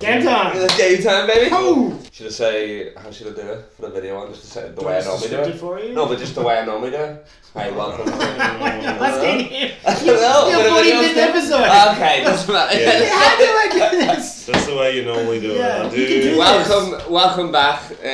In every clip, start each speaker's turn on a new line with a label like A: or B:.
A: Game time!
B: It's game time, baby.
A: Oh!
B: Should I say how should I do it for the video one? Just to say it the
A: Do
B: way I
A: you want
B: normally
A: us to
B: do
A: script it
B: it.
A: for you?
B: No, but just the way I normally do. it. Hey, welcome.
A: You're
B: I don't know,
A: still
B: but if
A: 40
B: anyone's
A: minute
B: there-
A: episode!
B: Okay, doesn't matter.
C: Yeah.
A: How do I do this?
C: That's the way you normally do
A: Yeah,
C: it. I
A: you can do
C: do.
B: Welcome, welcome back, um,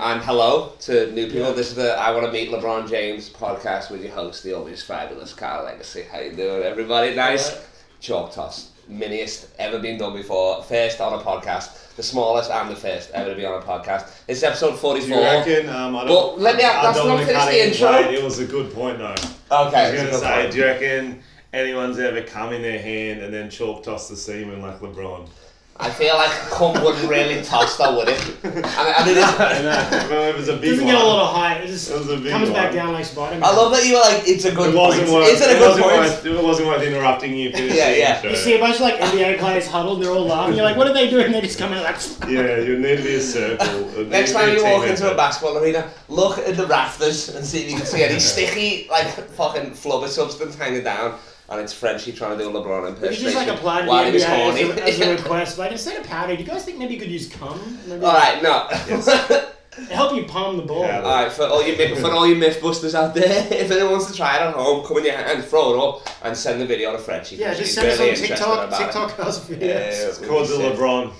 B: and hello to new people. This is the I Want to Meet LeBron James podcast with your host, the always fabulous Carl Legacy. How you doing, everybody? Nice chalk toss, miniest ever been done before. First on a podcast, the smallest and the first ever to be on a podcast. It's episode
C: Do
B: forty-four.
C: you reckon? Um, I don't,
B: Well, let me-
C: I
B: let's
C: don't
B: not
C: wanna
B: finish
C: cut
B: the
C: it,
B: intro.
C: but It was a good point, though. I
B: Okay. it's
C: was
B: a
C: going to
B: good
C: say,
B: point.
C: do you reckon anyone's ever come in their hand and then chalk toss the semen like LeBron?
B: I feel like cum wouldn't really toss though, would it? And, and it is,
C: I know. Well, it was a big
A: Doesn't
C: one.
A: get a lot of height. It just
C: It was a big
A: comes back
C: one.
A: down like Spider Man.
B: I love that you were like, it's a good
C: it wasn't
B: point.
C: worth.
B: Is it a
C: it
B: good
C: wasn't
B: point?
C: worth- it wasn't worth interrupting you. Finishing
B: Yeah, yeah.
C: the
A: You
C: intro.
A: see a bunch of like NBA players huddled, they're all laughing. You're like, what are they doing? They just come out like,
C: Yeah, you need to be a circle. It would
B: Next
C: need to
B: time
C: be a
B: you
C: team
B: walk into a
C: effort.
B: basketball arena, look at the rafters and see if you can see any sticky, like fucking flubber substance hanging down. And it's Frenchie trying to do a LeBron
A: It's
B: impersonation
A: just like applied to
B: while he
A: the
B: was
A: NBA as a, as a
B: horny.
A: request. Like instead of powder, do you guys think maybe you could use cum? Maybe
B: all right, no.
A: It'd help you palm the ball.
C: Yeah.
B: all right, for all you myth- for all you MythBusters out there, if anyone wants to try it at home, come in your hand, throw it up, and send the video to Frenchie.
A: Yeah,
B: 'cause
A: just
B: he's
A: send
B: really
A: us on
B: interested
A: TikTok.
B: about it.
A: TikTok us videos.
B: Yeah, yeah,
A: Yeah,
B: yeah,
C: It's called the
B: we'll see.
C: LeBron.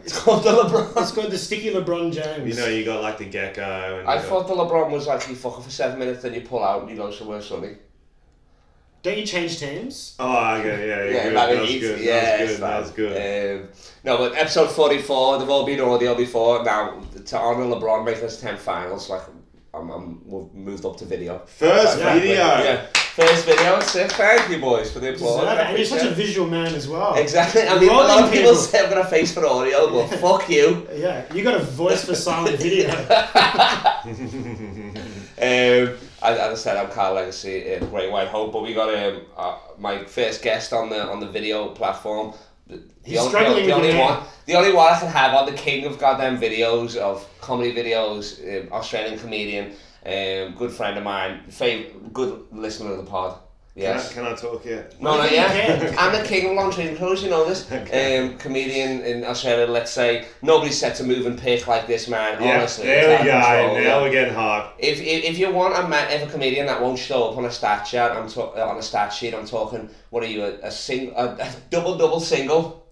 B: It's
A: It's,
B: called the
A: it's
B: LeBron.
A: called the sticky LeBron James.
C: You know, you got like the gecko. And
B: I
C: you got-
B: thought the LeBron was like you fuck it for seven minutes, then you pull out, and you know somewhere sunny.
A: Don't you change teams?
C: Oh, okay, yeah, yeah,
B: Yeah,
C: good.
B: that
C: that
B: was
C: was
B: easy.
C: good.
B: Yeah,
C: that was
B: it's
C: good. That was
B: fine.
C: good.
B: Um, no, but episode 44, they've all been audio before. Now, to honour LeBron making us 10 finals, like, I'm, I'm, we've moved up to video.
C: First
A: Yeah.
C: video.
B: Yeah. First video, so thank you, boys, for the applause.
A: Deserve it.
B: I
A: And you're such a
B: appreciate it.
A: visual man as well.
B: Exactly. I mean, a lot
A: Rolling
B: of people
A: people.
B: say I've got a face for audio, but fuck you.
A: Yeah, you got a voice for silent video.
B: Um, as, as I said, I'm Carl Legacy at Great White Hope, but we got um, uh, my first guest on the on the video platform. The,
A: He's
B: only-
A: struggling
B: the
A: with
B: only
A: the name.
B: one, the only one I can have on the king of goddamn videos of comedy videos, um, Australian comedian, um, good friend of mine, fav- good listener of the pod.
C: Can, I,
B: Yes.
C: can I talk yet?
B: No, no,
A: You
B: yeah.
A: can.
B: I'm the king of long training clothes, you know this.
C: Okay.
B: Um, comedian in Australia, let's say. Nobody's set to move and pick like this man,
C: Yeah,
B: honestly. it's
C: there
B: out
C: we go.
B: of control, yeah.
C: now we're getting hot.
B: If, if, if you want a man, if a comedian that won't show up on a stat sheet, I'm ta- uh, on a stat sheet. I'm talking. What are you a, a sing a, a double double single?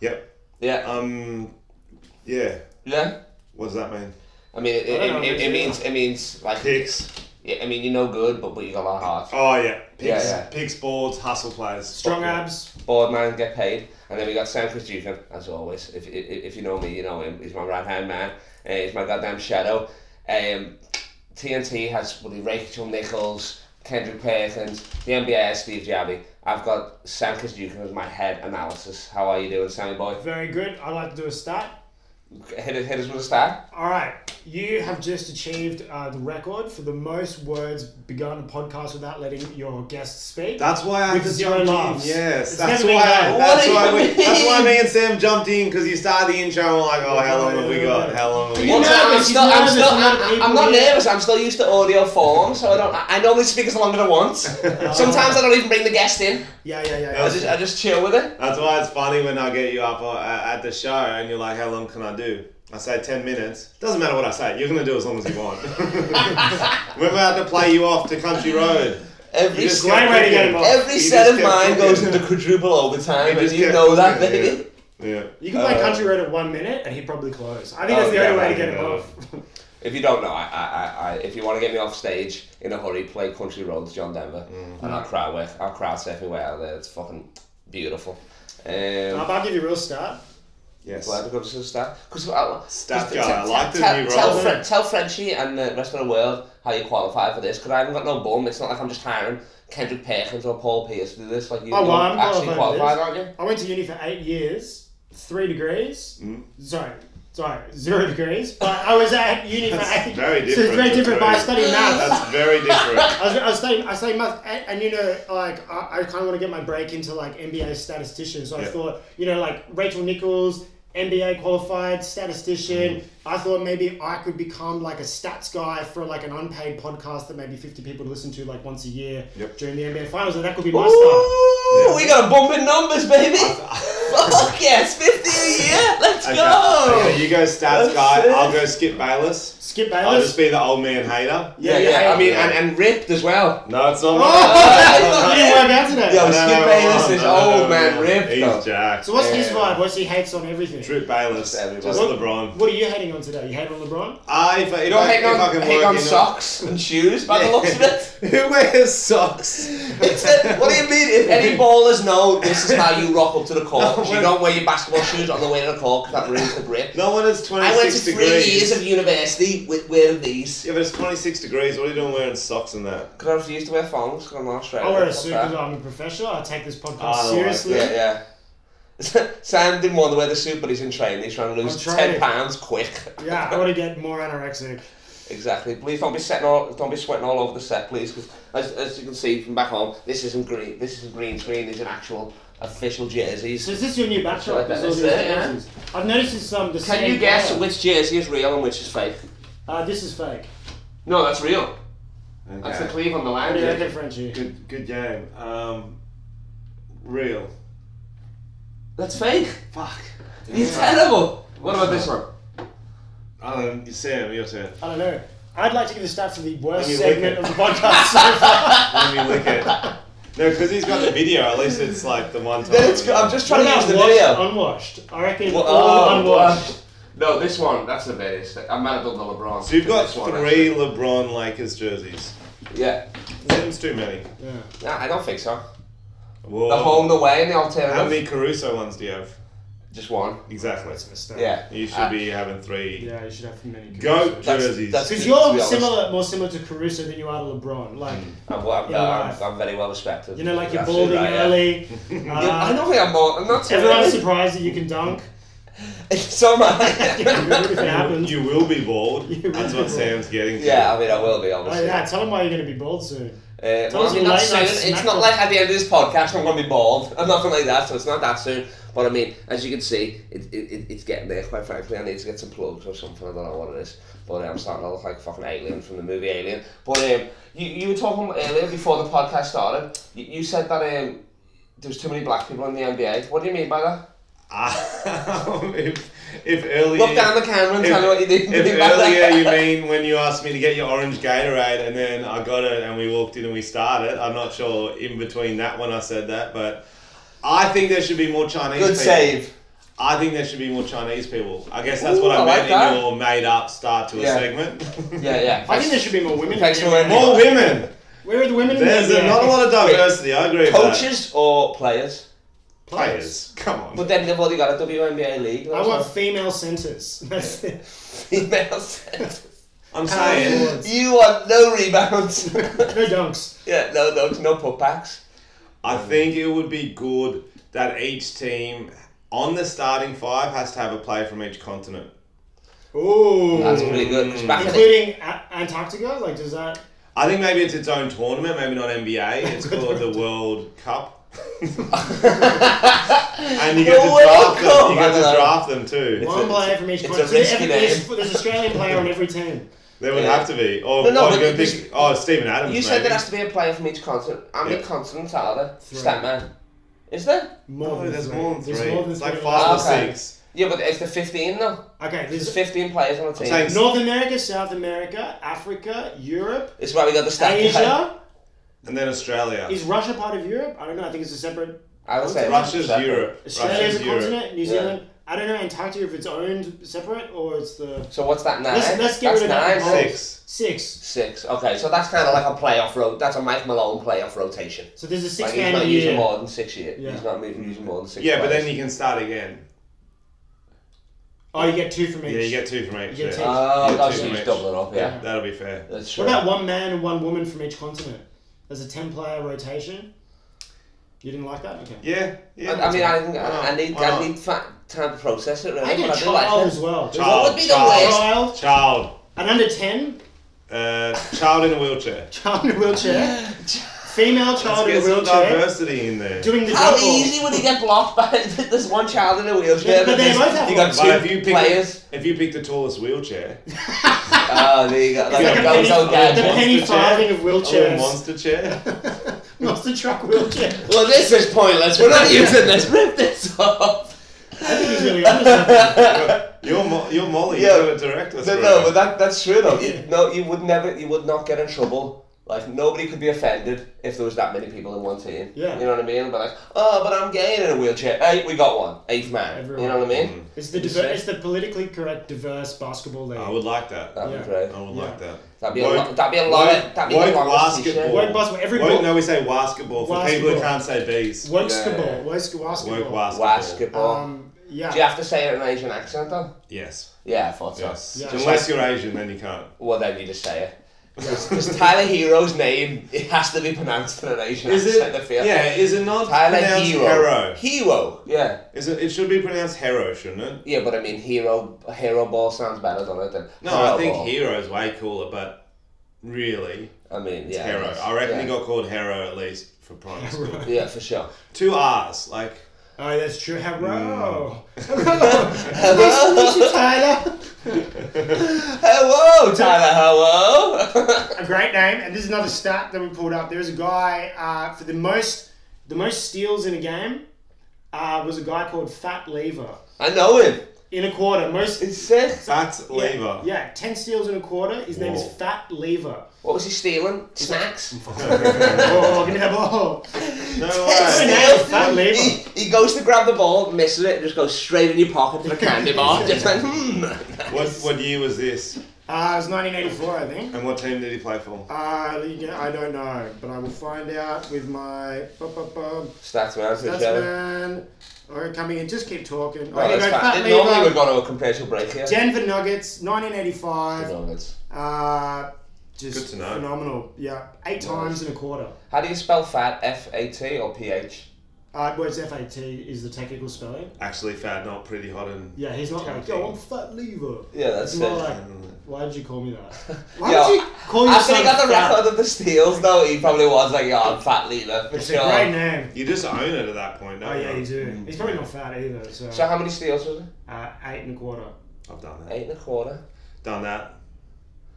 C: Yep.
B: Yeah,
C: Um. Yeah.
B: yeah.
C: What does that mean?
B: I mean, it,
A: I
B: it,
A: don't know,
B: it, it
A: maybe.
B: means it means like
C: Picks.
B: yeah, I mean you're no good, but but you got a lot of heart.
C: Oh yeah. Picks.
B: yeah.
C: Picks boards. Hustle plays.
A: Strong
C: Fuck yeah.
A: abs.
B: Board man get paid, and then we got Sam Christukan as always. If, if if you know me, you know him. He's my right hand man. Uh, he's my goddamn shadow. Um, TNT has bloody Rachel Nichols, Kendrick Perkins, the NBA has Steve Jabby. I've got Sam Kazuka as my head analysis. How are you doing, Sammy boy?
A: Very good. I'd like to do a start.
B: Hit, it- hit us with a start.
A: All right, you have just achieved uh, the record for the most words begun a podcast without letting your guests speak.
C: That's why I
A: With
C: had to
A: zero
C: jump
A: laughs.
C: in. Yes,
A: It's
C: that's
A: never
C: why.
A: been
C: I,
A: done.
C: that's
B: What
C: why.
B: do
C: We,
B: you
C: that's why
B: mean?
C: me and Sam jumped in because you started the intro. and we're like, oh, how long have we got? How long have we
A: You
C: got?
A: know- nervous,
B: I'm
A: he's
B: still, I'm
A: nervous, a
B: still,
A: lot of
B: I'm,
A: people
B: I'm not
A: here.
B: nervous. I'm still used to audio form, so I don't. I, I normally speak as long as I want. Sometimes I don't even bring the guest in.
A: yeah, yeah, yeah.
B: I
A: yeah.
B: just, I just chill with it.
C: That's why it's funny when I get you up uh, at the show and you're like, how long can I do? I say 10 minutes. Doesn't matter what I say, you're going to do as long as you want. We're about to play you off to Country Road.
B: Every
C: You just
B: set-
A: Great way to get him off.
B: Every
C: You
B: set
C: just
B: of
C: kept
B: mine
C: cooking.
B: goes into quadruple overtime,
C: You
B: and
C: just
B: you
C: kept
B: know that,
C: cooking,
B: baby.
C: Yeah.
A: You can play
B: Uh,
A: Country Road at one minute and he'd probably close. I think
B: Oh,
A: that's the
B: yeah,
A: only way
C: I
A: to get him
C: know.
A: off.
B: If you don't know, I, I, I, I, if you want to get me off stage in a hurry, play Country Roads, John Denver,
C: Mm-hmm.
B: and I'll crowd work. I'll crowd surf your way out there. It's fucking beautiful. Um,
C: Ah,
A: I'll give you a real start.
C: Yes.
B: glad we got to start because I,
C: Staff
B: just
C: guy,
B: t-
C: I like
B: t-
C: the
B: tell-
C: new
B: Tell,
C: role.
B: Fre- tell Frenchie and the rest of the world how you qualify for this because I haven't got no bum. It's not like I'm just hiring Kendrick Perkins or Paul Pierce to do this. Like you,
A: Oh, well, I'm
B: you're actually
A: qualified for
B: qualified,
A: this.
B: aren't you?
A: I went to uni for eight years, three degrees.
C: Mm.
A: Sorry, sorry, zero degrees. But I was at uni for eight.
C: very
A: So it's very
C: different.
A: different. But I studied maths.
C: That's very different.
A: I was, I was studying, I was studying math, and, and you know, like I, I kind of want to get my break into like NBA statistician. So I
C: Yeah.
A: thought, you know, like Rachel Nichols, NBA qualified statistician.
C: Mm-hmm.
A: I thought maybe I could become like a stats guy for like an unpaid podcast that maybe fifty people listen to like once a year
C: Yep.
A: during the NBA finals, and that could be my start.
B: Ooh, we got a bump in numbers, baby. Fuck yes, 50 a year. Let's
C: Okay.
B: go.
C: Okay, you go stats
B: That's
C: guy.
B: it.
C: I'll go Skip Bayless.
A: Skip
C: I'll just
A: Bayless.
C: be the old man hater.
B: Yeah,
A: Yeah,
B: yeah.
A: yeah.
B: I mean, and, and ripped as well.
C: No, it's not.
A: How do you work out today?
B: Yo,
C: No, no,
B: Skip
C: no,
B: Bayless
C: no,
B: is
C: no,
B: old
C: no,
B: man
C: no.
B: ripped, though.
C: He's jacked.
A: So what's his
B: Yeah.
A: vibe? What's he hates on everything?
C: Drew Bayless.
B: Just
C: Just
B: everybody.
C: LeBron.
A: What are you hating on today? You hate on LeBron?
C: I, if, I- if
B: You don't
C: I,
B: hang
C: if I
B: on,
C: can
B: hang
C: work
B: on
C: in a-
B: socks and shoes by the looks of it.
C: Who wears socks?
B: It's a, what do you mean? If any ballers know this is how you rock up to the court, 'cause you don't wear your basketball shoes on the way to the court 'cause that ruins the grip.
C: No one is
B: I
C: 26
B: went to three
C: degrees.
B: years of university with wearing these.
C: yeah, but it's 26 degrees. What are you doing wearing socks and that?
B: Because I refuse to wear thongs 'cause I'm not straight.
A: I'll wear a
B: Fuck
A: suit
B: that.
A: because I'm a professional. I take this podcast
C: I like
A: seriously.
B: Yeah, yeah. Sam didn't want to wear the suit, but he's in training. He's trying to
A: I'm
B: lose
A: trying.
B: ten pounds quick.
A: Yeah, I want to get more anorexic.
B: exactly. Please don't be setting all, don't be sweating all over the set, please. Because as, as you can see from back home, this isn't green. This isn't green screen. These are actual official jerseys.
A: So is this your new batch
B: Like
A: up?
B: that,
A: Is all
B: is
A: these
B: it, yeah?
A: jerseys? I've noticed it's um, the
B: Can
A: same
B: you guess
A: colour.
B: which jersey is real and which is fake?
A: Uh, this is fake.
B: No, that's real.
C: Okay.
B: That's the Cleveland the
A: How
B: Lion
A: do you
B: jersey.
A: reckon, Frenchie?
C: Good, good game. Um, real.
B: That's fake.
C: Fuck.
B: He's terrible. What about this one?
C: I don't. know, Sam, your turn.
A: I don't know. I'd like to give a stat for the worst
C: Let me lick
A: segment
C: it.
A: of the podcast so far.
C: Let me lick it. No, because he's got the video. At least it's like the one time.
B: Then it's, I'm just
A: What
B: trying to use
A: about
B: the
A: washed,
B: video.
A: unwashed? I reckon
B: Well,
A: all
B: oh,
A: unwashed.
B: washed. No, this one. That's the various. I might have done the LeBron.
C: So you've got
B: This one,
C: three LeBron Lakers jerseys.
B: actually. Yeah.
C: Seems too many.
A: Yeah.
B: No, I don't think so.
C: Whoa.
B: The home, the way, and the alternative.
C: Oh. How many Caruso ones do you have?
B: Just one.
C: Exactly.
A: That's a mistake.
B: Yeah.
C: You should
B: Uh,
C: be having three.
A: Yeah, you should have many.
C: Goat
B: That's-
C: jerseys.
B: that's-
A: Because
B: To- to
A: you're
B: be honest. Mm.
A: similar, more similar to Caruso than you are to LeBron. Like,
B: I'm, well, I'm,
A: Yeah,
B: I'm,
A: right.
B: I'm very well respected.
A: you know, like you're
B: Absolutely
A: balding
B: right, yeah.
A: early. uh,
B: Yeah, I don't think I'm bald. I'm not saying
A: Everyone's surprised that you can dunk.
B: so am
A: if
B: I.
A: it happens.
C: You will be bald.
A: You will
C: That's
A: be
C: what
A: bald.
C: Sam's getting to.
B: yeah, I mean, I will be,
A: Oh,
B: obviously.
A: yeah, tell them why you're going to be bald soon.
B: Uh,
A: Tell
B: well,
A: us
B: I'm
A: your
B: not
A: late
B: soon.
A: night
B: It's
A: snack
B: not
A: on-
B: like at the end of this podcast I'm going to be bald. I'm nothing like that, so it's not that soon. But I mean, as you can see, it, it, it, it's getting there, quite frankly. I need to get some plugs or something. I don't know what it is. But I'm starting to look like a fucking alien from the movie Alien. But um, you, you were talking earlier before the podcast started. You, you said that um, there's too many black people in the NBA. What do you mean by that?
C: Um, if, if earlier.
B: Look down the camera and tell me what you did.
C: If
B: mean by
C: earlier
B: that.
C: you mean when you asked me to get your orange Gatorade and then I got it and we walked in and we started, I'm not sure in between that when I said that, but I think there should be more Chinese
B: Good
C: people.
B: save.
C: I think there should be more Chinese people. I guess that's
B: Ooh,
C: what I,
B: I like
C: meant
B: that.
C: in your made up start to
B: Yeah.
C: a segment.
B: Yeah, yeah.
A: I think there should be more women. in
B: Thanks
A: the
B: for
A: NBA.
B: letting me-
C: more women.
A: Where are the women
C: There's
A: in the NBA?
C: not a lot of
B: Wait.
C: diversity, I agree with that.
B: Coaches or players?
C: Players. Come on.
B: But then they've already got a WNBA league.
A: I want female centers. That's it.
B: female centers.
C: I'm saying
B: You want no rebounds.
A: No dunks.
B: yeah, no, no, no putbacks.
C: I think it would be good that each team on the starting five has to have a player from each continent.
A: Ooh.
B: That's pretty good. 'cause back in the,
A: Including A- Antarctica? Like, does that.
C: I think maybe it's its own tournament, maybe not NBA. It's called the World Cup. and you get
B: The
C: to
B: World
C: draft them.
B: Cup.
C: You get to
B: I love it.
C: draft them too.
A: One player from each
B: it's a
A: continent.
B: risky Oh,
A: Every- there's, there's Australian player on every team.
C: There would
B: Yeah.
C: have to be. Or
B: No, no,
C: oh,
B: but
C: you can
B: you-
C: think, oh Stephen
A: Mm.
C: Adams.
B: you said
C: maybe.
B: there has to be a player from each continent. How many
C: Yeah.
B: continents are there?
A: Three.
B: Statman. Is there?
A: More
C: No,
A: than
C: there's
A: three.
C: more than
A: There's
C: three.
A: more than
C: It's like
A: three.
C: five or
B: Okay.
C: six.
B: Yeah, but is there 15 though?
A: Okay,
B: There's
A: there's
B: 15 players on a team.
C: saying-
A: North America, South America, Africa, Europe,
B: It's why we got the stacking. plan.
A: Asia.
C: And then Australia.
A: Is Russia part of Europe? I don't know. I think it's a separate.
B: I would say
C: Russia's
B: Russia.
C: Europe.
A: Australia
C: Russia's
A: is a
C: Europe.
A: continent. New Zealand. I don't know. Antarctica, if it's owned separate or it's the
B: So what's that nine?
A: Let's- let's get
B: that's
A: rid of that.
B: nine. isn't it?
C: Six.
A: six.
B: Six. Okay, so that's kind of like a playoff road. That's a Mike Malone playoff rotation.
A: So there's a six
B: Like,
A: man
B: he's
A: a
B: not using
A: year.
B: more than six years.
A: Yeah.
B: He's not moving, using more than six.
C: Yeah, but
B: players.
C: then you can start again.
A: Oh, you get two from each.
C: Yeah, you get two from each.
A: You get two.
C: yeah.
B: Oh,
C: You get
B: that's
C: two from
B: he's
C: each.
B: doubling up. Yeah,
C: That'll be fair.
B: that's true.
A: What about one man and one woman from each continent? There's a ten player rotation. You didn't like that? Okay.
C: Yeah. yeah
B: I, I mean, I, think
C: Why not?
B: I, I need
C: Why
B: I
C: not?
B: need fa- time to process it. Really,
A: I
B: but
A: get
B: I do like
A: child
B: it.
A: as well.
C: Child.
B: What would be the
C: child.
B: worst?
A: Child.
C: Child.
A: An under ten
C: Uh, child in a wheelchair.
A: child in a wheelchair. Female child in a
C: Let's get some
A: wheelchair.
C: diversity in there.
A: Doing the
B: How
A: double.
B: easy would he get blocked by this one child in a wheelchair?
A: Yeah, but they
B: there's-
A: both have
B: you got
A: one.
B: two
C: But if you pick,
B: players.
C: if you pick the tallest wheelchair,
B: Oh, there you go. Like
C: like
B: a
C: a
B: Gozo
A: penny-
B: gadget.
A: the penny
C: Monster chair.
A: farthing of
C: a little
A: wheelchairs.
C: monster chair.
A: Monster truck wheelchair.
B: Well, this is pointless. We're not using this. Rip this off.
A: I think he's really honest. with you.
C: You're, Mo- you're Molly.
B: Yeah.
C: You could have directed us.
B: No,
C: for
B: no,
C: it.
B: but that, that's true though. You, no, you would never, you would not get in trouble. Like nobody could be offended if there was that many people in one team.
A: Yeah.
B: You know what I mean? But like, oh, but I'm gay and in a wheelchair. Hey, we got one. Eighth man. You know what I mean?
C: Mm.
A: It's the diver- it's the politically correct diverse basketball league.
C: I would like that.
B: That'd
A: Yeah.
B: be great.
C: I would
A: Yeah.
C: like that.
B: That'd be a lo- that'd be a lot of- that'd be the
C: woke
B: longest t-shirt.
C: basketball.
A: Woke basketball, every
C: Woke-
A: ball-
C: no, we say basketball for people
A: Basketball.
C: who can't say bees. Woke
A: Woskeball, wosk basketball.
C: basketball.
B: Basketball.
A: Um, yeah.
B: Do you have to say it in an Asian accent though?
C: Yes.
B: Yeah, I thought so.
C: Yes.
A: Yeah.
C: Unless you're Asian, then you can't.
B: Well, then you just say it. Because Tyler Hero's name, it has to be pronounced in an Asian
C: Is
B: accent.
C: it?
B: I feel.
C: Yeah. Is it not
B: Tyler
C: pronounced
B: Hero.
C: hero?
B: Hero. Yeah.
C: Is it? It should be pronounced hero, shouldn't it?
B: Yeah, but I mean, hero hero ball sounds better, than it? Than
C: No,
B: hero
C: I think
B: ball.
C: hero is way cooler, but really,
B: I mean, yeah.
C: hero.
B: that's-
C: I reckon
B: yeah.
C: he got called hero at least for primary school.
B: Yeah, for sure.
C: Two R's, like.
A: Oh, that's true. Hello. Hello. nice to meet you, Tyler.
B: Hello, Tyler. Hello.
A: A great name. And this is another stat that we pulled up. There is a guy uh, for the most the most steals in a game uh, was a guy called Fat Lever
B: I know him.
A: in a quarter. Most
B: It's sick.
C: Fat
A: yeah,
C: lever.
A: Yeah, ten steals in a quarter. His name
C: Whoa.
A: is Fat Lever.
B: What was he stealing? Snacks.
A: oh, give me that ball.
C: No
A: Snail.
C: way.
B: Snails.
A: Fat lever.
B: He, he goes to grab the ball, misses it, and just goes straight in your pocket to the candy bar. Just like, hmm.
C: what, what year was this?
A: Uh, it was 1984, I think.
C: And what team did he play for?
A: Uh, you know, I don't know, but I will find out with my. bu- bu- bu-
B: Stats man, for
A: That's
B: sure.
A: man. Or coming in, just keep talking.
B: Right,
A: Okay,
B: that's
A: go,
B: fine.
A: Fat
B: Normally
A: Lever,
B: we've got a commercial break here.
A: Denver Nuggets, 1985.
B: Nuggets.
A: Uh, just
C: Good to know.
A: phenomenal. Yeah, eight times in a quarter.
B: How do you spell fat? F A T or P H?
A: Uh, well, it's FAT is the technical spelling.
C: Actually, fat, not pretty hot and.
A: Yeah, he's not like, yo, I'm Fat Lever.
B: Yeah, that's
A: It's more
B: it.
A: like, why did you call me that? Why
B: Yo,
A: did you call yourself
B: After he got the
A: Oh, fat?
B: record of the steals, though, he probably was like, "Yeah, I'm fat leader for
A: It's a
B: sure."
A: great name.
C: You just own it at that point, don't Mm.
A: Oh, yeah, you do.
B: Mm.
A: He's probably not fat either,
B: So how many steals was it?
A: Uh, eight and a quarter.
C: I've done that.
B: Eight and a quarter.
C: Done that.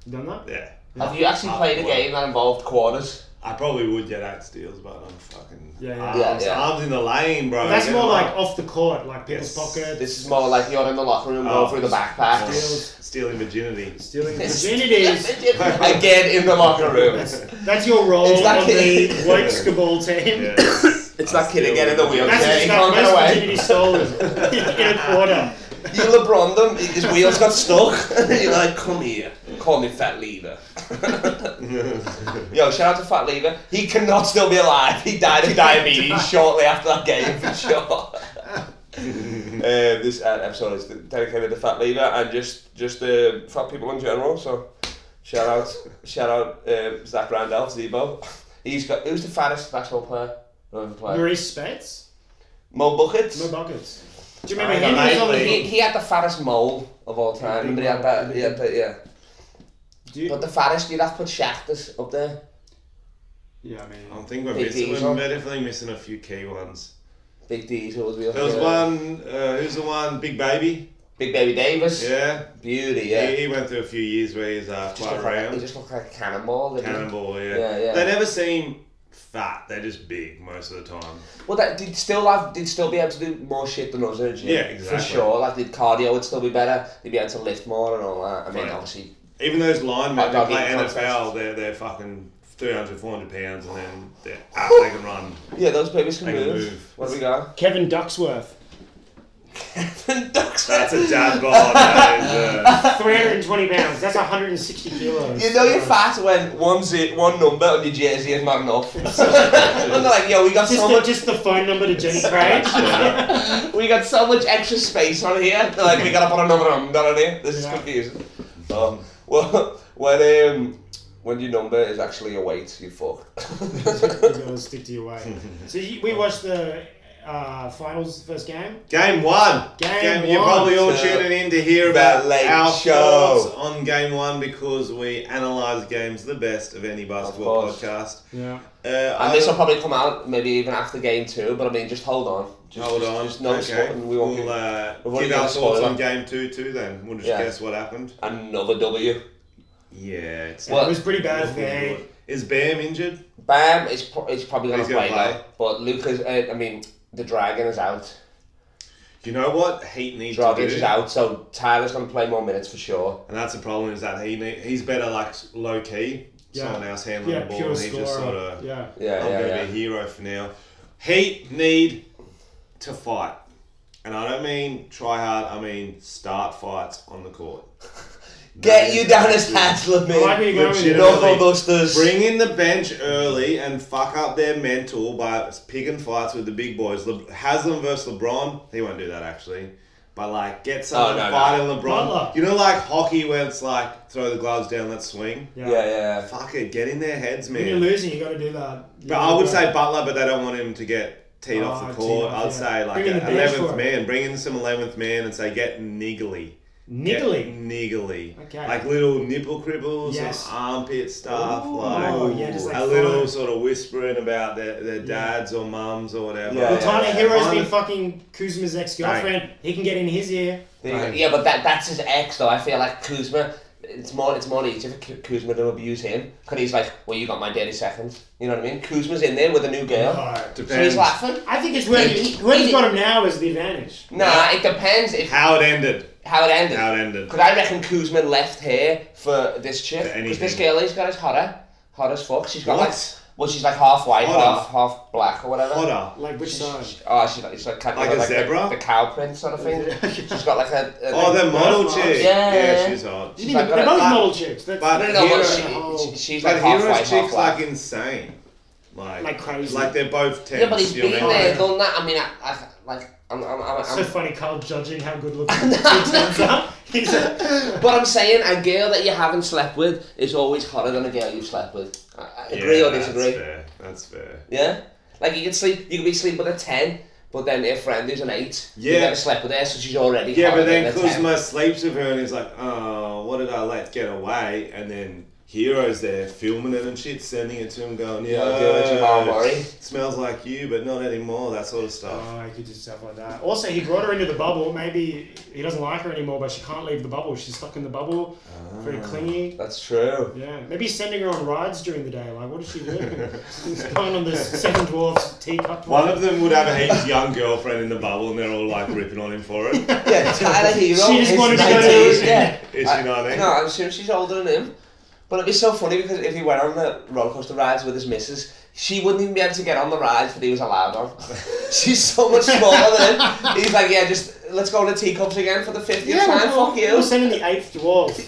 A: You done
B: Oh,
A: that?
C: Yeah.
B: Have you actually
C: Half
B: played a
C: quarter.
B: game that involved quarters?
C: I probably would get out steals, but I'm fucking.
A: Yeah, yeah.
B: Yeah,
C: Arms,
B: yeah.
C: arms in the lane, bro.
A: That's
C: Get
A: more
C: them
A: like
C: up.
A: off the court, like people's
C: Yes.
A: pockets.
B: This is more like you're in the locker room,
C: Oh,
B: going through the backpack.
A: steals.
C: stealing virginity.
A: Stealing virginities.
B: Again in the locker room.
A: That's, that's your role
B: It's that
A: on
B: kid-
A: the woke skibble team.
C: Yeah.
B: It's
C: I
B: that kid
C: steal
B: again in the wheelchair.
A: That's
B: he
A: his
B: can't get
A: most
B: away.
A: virginity stolen in a quarter.
B: You LeBron them. His wheels got stuck. You're like, "Come here, call me fat leader." Yo, shout out to Fat Lever. He cannot still be alive. He died of diabetes shortly after that game, for sure. um, this uh, episode is dedicated to Fat Lever and just just uh, fat people in general. So, shout out, shout out um, Zach Randolph, Zebo. He's got who's the fattest basketball player I've ever played?
A: Maurice Spates?
B: Mo Buckets.
A: No buckets. Do you
B: I
A: remember
B: mean,
A: him? He was on the
B: he,
A: Heat.
B: he had the fattest mole of all time. Remember he had that? He had that, yeah.
A: Do you-
B: But the fattest, you'd have to put Shaftus up there.
A: Yeah, I mean.
C: I think we're
B: Big
C: missing.
B: Diesel.
C: We're definitely missing a few key ones.
B: Big Diesel would be up
C: There was
B: there.
C: one. Uh, who's the one? Big Baby.
B: Big Baby Davis.
C: Yeah.
B: Beauty, yeah.
C: He, he went through a few years where he's uh,
B: just
C: quite
B: looked like, he
C: round.
B: just looked like a cannonball. didn't he?
C: Cannonball. Yeah.
B: Yeah, yeah.
C: They never seem fat. They're just big most of the time.
B: Well, that did still have, did still be able to do more shit than us, didn't you?
C: Yeah, exactly.
B: For sure, like the cardio would still be better. They'd be able to lift more and all that. I mean,
C: Right.
B: obviously,
C: Even those linemen
B: I
C: who
B: don't
C: play
B: get the concept.
C: NFL, they're, they're fucking 300, 400 pounds and then they're out, they can run.
B: yeah, those babies can
C: They
B: move.
C: can move.
B: What do we got?
A: Kevin Ducksworth.
B: Ducks.
C: That's a dad bod. That is, uh,
A: 320 pounds. That's 160 kilos.
B: You know you're fat when one zit, one number on your jersey is not enough. and they're like, yo, we got
A: Just
B: so
A: the,
B: much,
A: just the phone number to Jenny Craig.
B: we got so much extra space on here. They're like, we gotta put another number on here. This is
A: Yeah.
B: confusing. Um, well, when um, when your number is actually your weight, you fuck.
A: you gotta stick to your way. So you, we watched the uh, finals first game.
C: game one.
A: Game
C: You're
A: one.
C: probably all
B: So,
C: tuning in to hear
B: that
C: about
B: late
C: our
B: show.
C: thoughts on game one because we analyse games the best of any basketball
B: course.
C: podcast.
A: Yeah.
C: Uh,
B: And
C: I-
B: this will probably come out maybe even after game two, but I mean, just hold on. Just,
C: Hold
B: just,
C: on.
B: Just no
C: okay.
B: sweating, We won't
C: we'll
B: give
C: uh,
B: we won't
C: give
B: give
C: our
B: a
C: thoughts
B: spoiler.
C: on game two too. Then we'll just
B: Yeah.
C: guess what happened.
B: another W.
C: Yeah, it's
B: Well,
A: It was pretty bad
C: not
A: for me.
C: good. Is Bam injured?
B: Bam is pro- is probably going
C: He's
B: to
C: gonna
B: play,
C: play.
B: now, but Luca's. Uh, I mean, the dragon is out.
C: You know what? Heat needs to
B: Drogic
C: do.
B: is out, so Tyler's going to play more minutes for sure.
C: And that's the problem is that he need, he's better like low key.
A: Yeah.
C: Someone else handling
A: Yeah,
C: the ball
A: pure
C: and he
A: scorer.
C: just sort of
A: yeah.
B: Yeah,
C: I'm
B: yeah,
C: gonna
B: yeah.
C: be a hero for now. Heat need to fight. And I don't mean try hard, I mean start fights on the court.
B: Get you down as
A: Why do
B: Haslamine.
A: you go with
C: Legitimately.
B: Knuckle Dusters.
C: Bring in the bench early and fuck up their mental by picking fights with the big boys. Le- Haslam versus LeBron, he won't do that actually. But like, get someone
B: Oh, no, no.
C: fighting LeBron.
A: Butler.
C: You know, like hockey where it's like throw the gloves down, let's swing.
A: Yeah.
B: yeah, yeah.
C: Fuck it, get in their heads, man.
A: When you're losing, you got to do that. You
C: But I
A: gotta
C: would
A: do
C: say
A: it.
C: Butler, but they don't want him to get teed off
A: Ah,
C: the
A: teed
C: court.
A: off,
C: I'd
A: yeah.
C: say like
A: Bring in
C: an
A: the bench for
C: eleventh
A: it.
C: man, bring in some eleventh man and say get niggly. Get
A: niggly.
C: niggly.
A: Okay.
C: Like little nipple cribbles,
A: Yes.
C: some armpit stuff,
A: Ooh.
C: like,
A: Oh, yeah, just like
C: a little
A: fun.
C: sort of whispering about their, their dads or mums or whatever.
B: Yeah,
A: Well,
B: yeah,
A: Tyler
B: yeah.
A: Hero's
C: Kinda-
A: been fucking Kuzma's ex girlfriend. He can get in his ear.
B: Yeah,
C: Right.
B: Yeah, but that that's his ex though. I feel like Kuzma. It's more it's more easier for Ku- Kuzma to abuse him because he's like, well, you got my dirty seconds. You know what I mean? Kuzma's in there with a new girl, so
C: Depends
B: he's laughing.
A: I think it's where
B: He-
A: he,
B: he-
A: where he's
B: he-
A: got him now is the advantage.
B: Nah, it depends if
C: how it ended.
B: how it ended.
C: How it ended.
B: Because I reckon Kuzma left here for this chick.
C: For
B: Because this
C: anything.
B: girl he's got is hotter, hot as fuck. She's got like,
C: What?
B: well, she's like half white,
C: Hotter?
B: half half black or whatever.
C: Hotter.
A: Like which
B: She's-
A: side?
B: she- Oh, she's like, it's like, kind of
C: Like
B: like
C: a
B: the-
C: zebra?
B: the, cow print sort of thing. she's got like a, a
C: Oh,
B: like-
C: the model
A: Yeah.
C: chick.
B: Yeah.
C: she's hot.
A: You think
B: like,
A: they're both
B: got a-
A: model chicks. That's Oh,
B: no,
C: But
B: no, no,
C: Hero-
B: but she, she, she's like
C: But
B: half
C: Hero's
B: white, half
C: chick's
B: black.
C: like insane. Like,
A: Like crazy.
C: Like they're both tense.
B: Yeah, but he's
C: you know
B: been
C: what I mean?
B: there, done that. I mean, I, I like, I'm, I'm, I'm,
A: so
B: I'm
A: funny, Carl judging how good looking he turns out. He's a,
B: but I'm saying a girl that you haven't slept with is always hotter than a girl you've slept with. I, I agree
C: yeah,
B: or disagree?
C: That's fair. That's fair.
B: Yeah, like you could sleep, you could be sleeping with a ten, but then your friend who's an eight, you
C: Yeah.
B: never slept with her, so she's already
C: Yeah,
B: hotter
C: but then
B: than a 10.
C: Kuzma sleeps with her and he's like, oh, what did I let get away? And then Hero's there filming it and shit, sending it to him, going, yeah,
B: Yeah, I'll do it tomorrow, Maury."
C: smells like you, but not anymore, that sort of stuff.
A: oh, he could do stuff like that. Also, he brought her into the bubble. Maybe he doesn't like her anymore, but she can't leave the bubble. She's stuck in the bubble. Very
B: Ah.
A: clingy.
B: That's true.
A: Yeah, maybe he's sending her on rides during the day. Like, what is she doing? She's going on the Seven Dwarfs teacup.
C: One of them would have a heaps young girlfriend in the bubble and they're all like ripping on him for it.
B: Yeah, Tyler Hero.
A: She just
B: is
A: wanted to go
B: 19,
A: to-
B: Yeah.
C: Is
B: I-
C: she not, eh?
B: No, I'm sure she's older than him. But it'd be so funny because if he went on the roller coaster rides with his missus, she wouldn't even be able to get on the rides that he was allowed on. she's so much smaller than him. He's like, yeah, just let's go to teacups again for the 50th time.
A: we're,
B: Fuck you.
A: we're sending the eighth dwarf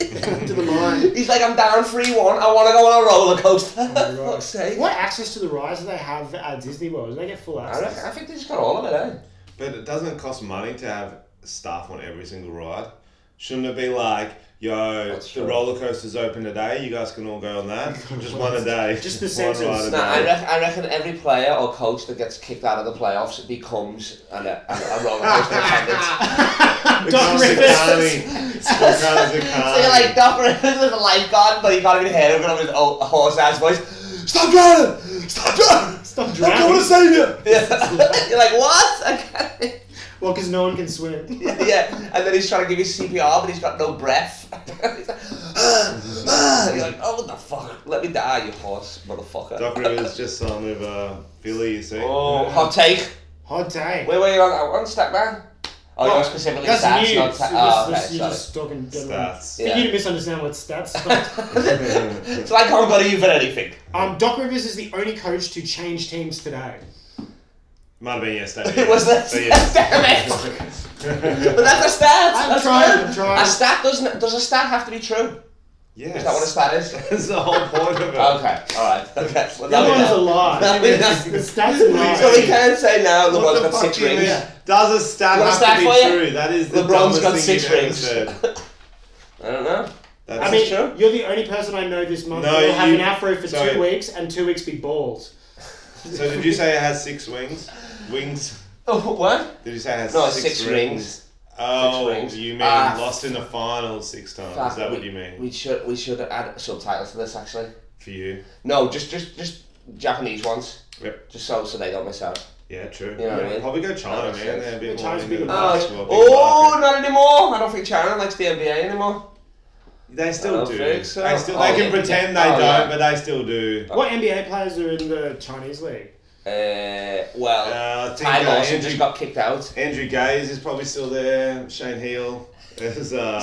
A: to the mine.
B: He's like, I'm down 3 1. I want to go on a roller coaster.
A: my God.
B: Fuck's sake.
A: What access to the rides do they have at Disney World? Do they get full
B: I, reckon,
A: access?
B: I think they just got all of it, eh?
C: But it doesn't cost money to have staff on every single ride. Shouldn't it be like, yo,
B: That's
C: the
B: true.
C: roller coaster's open today, you guys can all go on that? Just one a day.
A: Just the
C: One
A: sentence.
C: ride a
B: No, I,
C: day.
B: rec- I reckon every player or coach that gets kicked out of the playoffs becomes an, a, a a roller coaster
A: Doc
B: attendant.
C: Doc
A: Rivers.
B: so you're like, Doc Rivers is a lifeguard, but you can't even hear him because of his old horse ass voice. Stop drowning! Stop drowning!
A: Stop
B: I'm going to
A: drowning.
B: save you! Yeah. you're like, what? I can't.
A: Well, because no one can swim.
B: yeah, and then he's trying to give you CPR, but he's got no breath. he's like, "Ah, ah." He's like, oh, what the fuck? Let me die, you horse, motherfucker.
C: Doc Rivers just signed with uh, Philly, you see.
B: Oh, hot take.
A: Hot day.
B: Wait, wait, you're on that one, Stackman? Oh,
A: Oh,
B: you're specifically
A: That's
B: stats,
A: news.
B: not
A: It's
B: ta- Oh,
A: just-
B: okay,
A: you're
B: sorry.
A: just talking general.
C: Stats.
A: For
B: Yeah.
A: you to misunderstand what stats.
B: So I can't go to you for anything.
A: um, Doc Rivers is the only coach to change teams today.
C: Might have been yesterday.
B: It was that
C: So, yes.
B: damn it. But that's a stat.
A: I'm
B: that's
A: trying,
B: good.
A: I'm trying.
B: A stat doesn't. Does a stat have to be true?
C: yes.
B: Is that what a stat is? Okay.
C: That's the whole point of it.
B: All right. Okay.
A: The
B: Well, now
A: other
B: we
A: one is a
B: know.
A: lie.
B: No, we don't.
A: the stats are lies.
B: So we can say now
C: What
B: LeBron's
C: the
B: got
C: fuck
B: six
C: do you mean?
B: rings.
C: Does a stat
B: Want a
C: have
B: stat
C: to
B: for
C: be
B: you?
C: true? That is the
B: LeBron's
C: dumbest
B: got
C: thing
B: six
C: you've ever
B: rings.
C: said.
B: I don't know.
C: That's
A: I mean,
B: true.
A: you're the only person I know this month
C: No,
A: who will have
C: you-
A: an afro for
C: sorry.
A: two weeks and two weeks be bald.
C: so did you say it has six wings? Wings?
B: Oh, what?
C: Did you say it has
B: No,
C: six,
B: six rings.
C: Oh,
B: rings.
C: you mean
B: Ah,
C: lost in the final six times?
B: Fuck,
C: is that what
B: we-
C: you mean?
B: We should we should add subtitles to this actually.
C: For you?
B: No, just just just Japanese ones.
C: Yep.
B: Just so so they don't miss out.
C: Yeah, true.
B: You know what I mean?
C: Probably go China,
B: That makes
C: man. They're
B: sense.
C: a bit
A: Yeah,
C: more
A: China's
C: into
A: big
C: the
A: on
B: Oh,
C: basketball, big
B: oh
C: market.
B: not anymore. I don't think China likes the NBA anymore.
C: They
B: I
C: still
B: don't
C: do.
B: think so.
C: They still.
B: Oh,
C: They
B: yeah,
C: can pretend they
B: yeah. Oh,
C: don't,
B: yeah. Oh.
C: but they still do.
A: What NBA players are in the Chinese league?
B: Uh, well,
C: Uh, I I think uh,
B: Ty Lawson
C: Andrew,
B: just got kicked out.
C: Andrew Gaze is probably still there. Shane Heal is uh,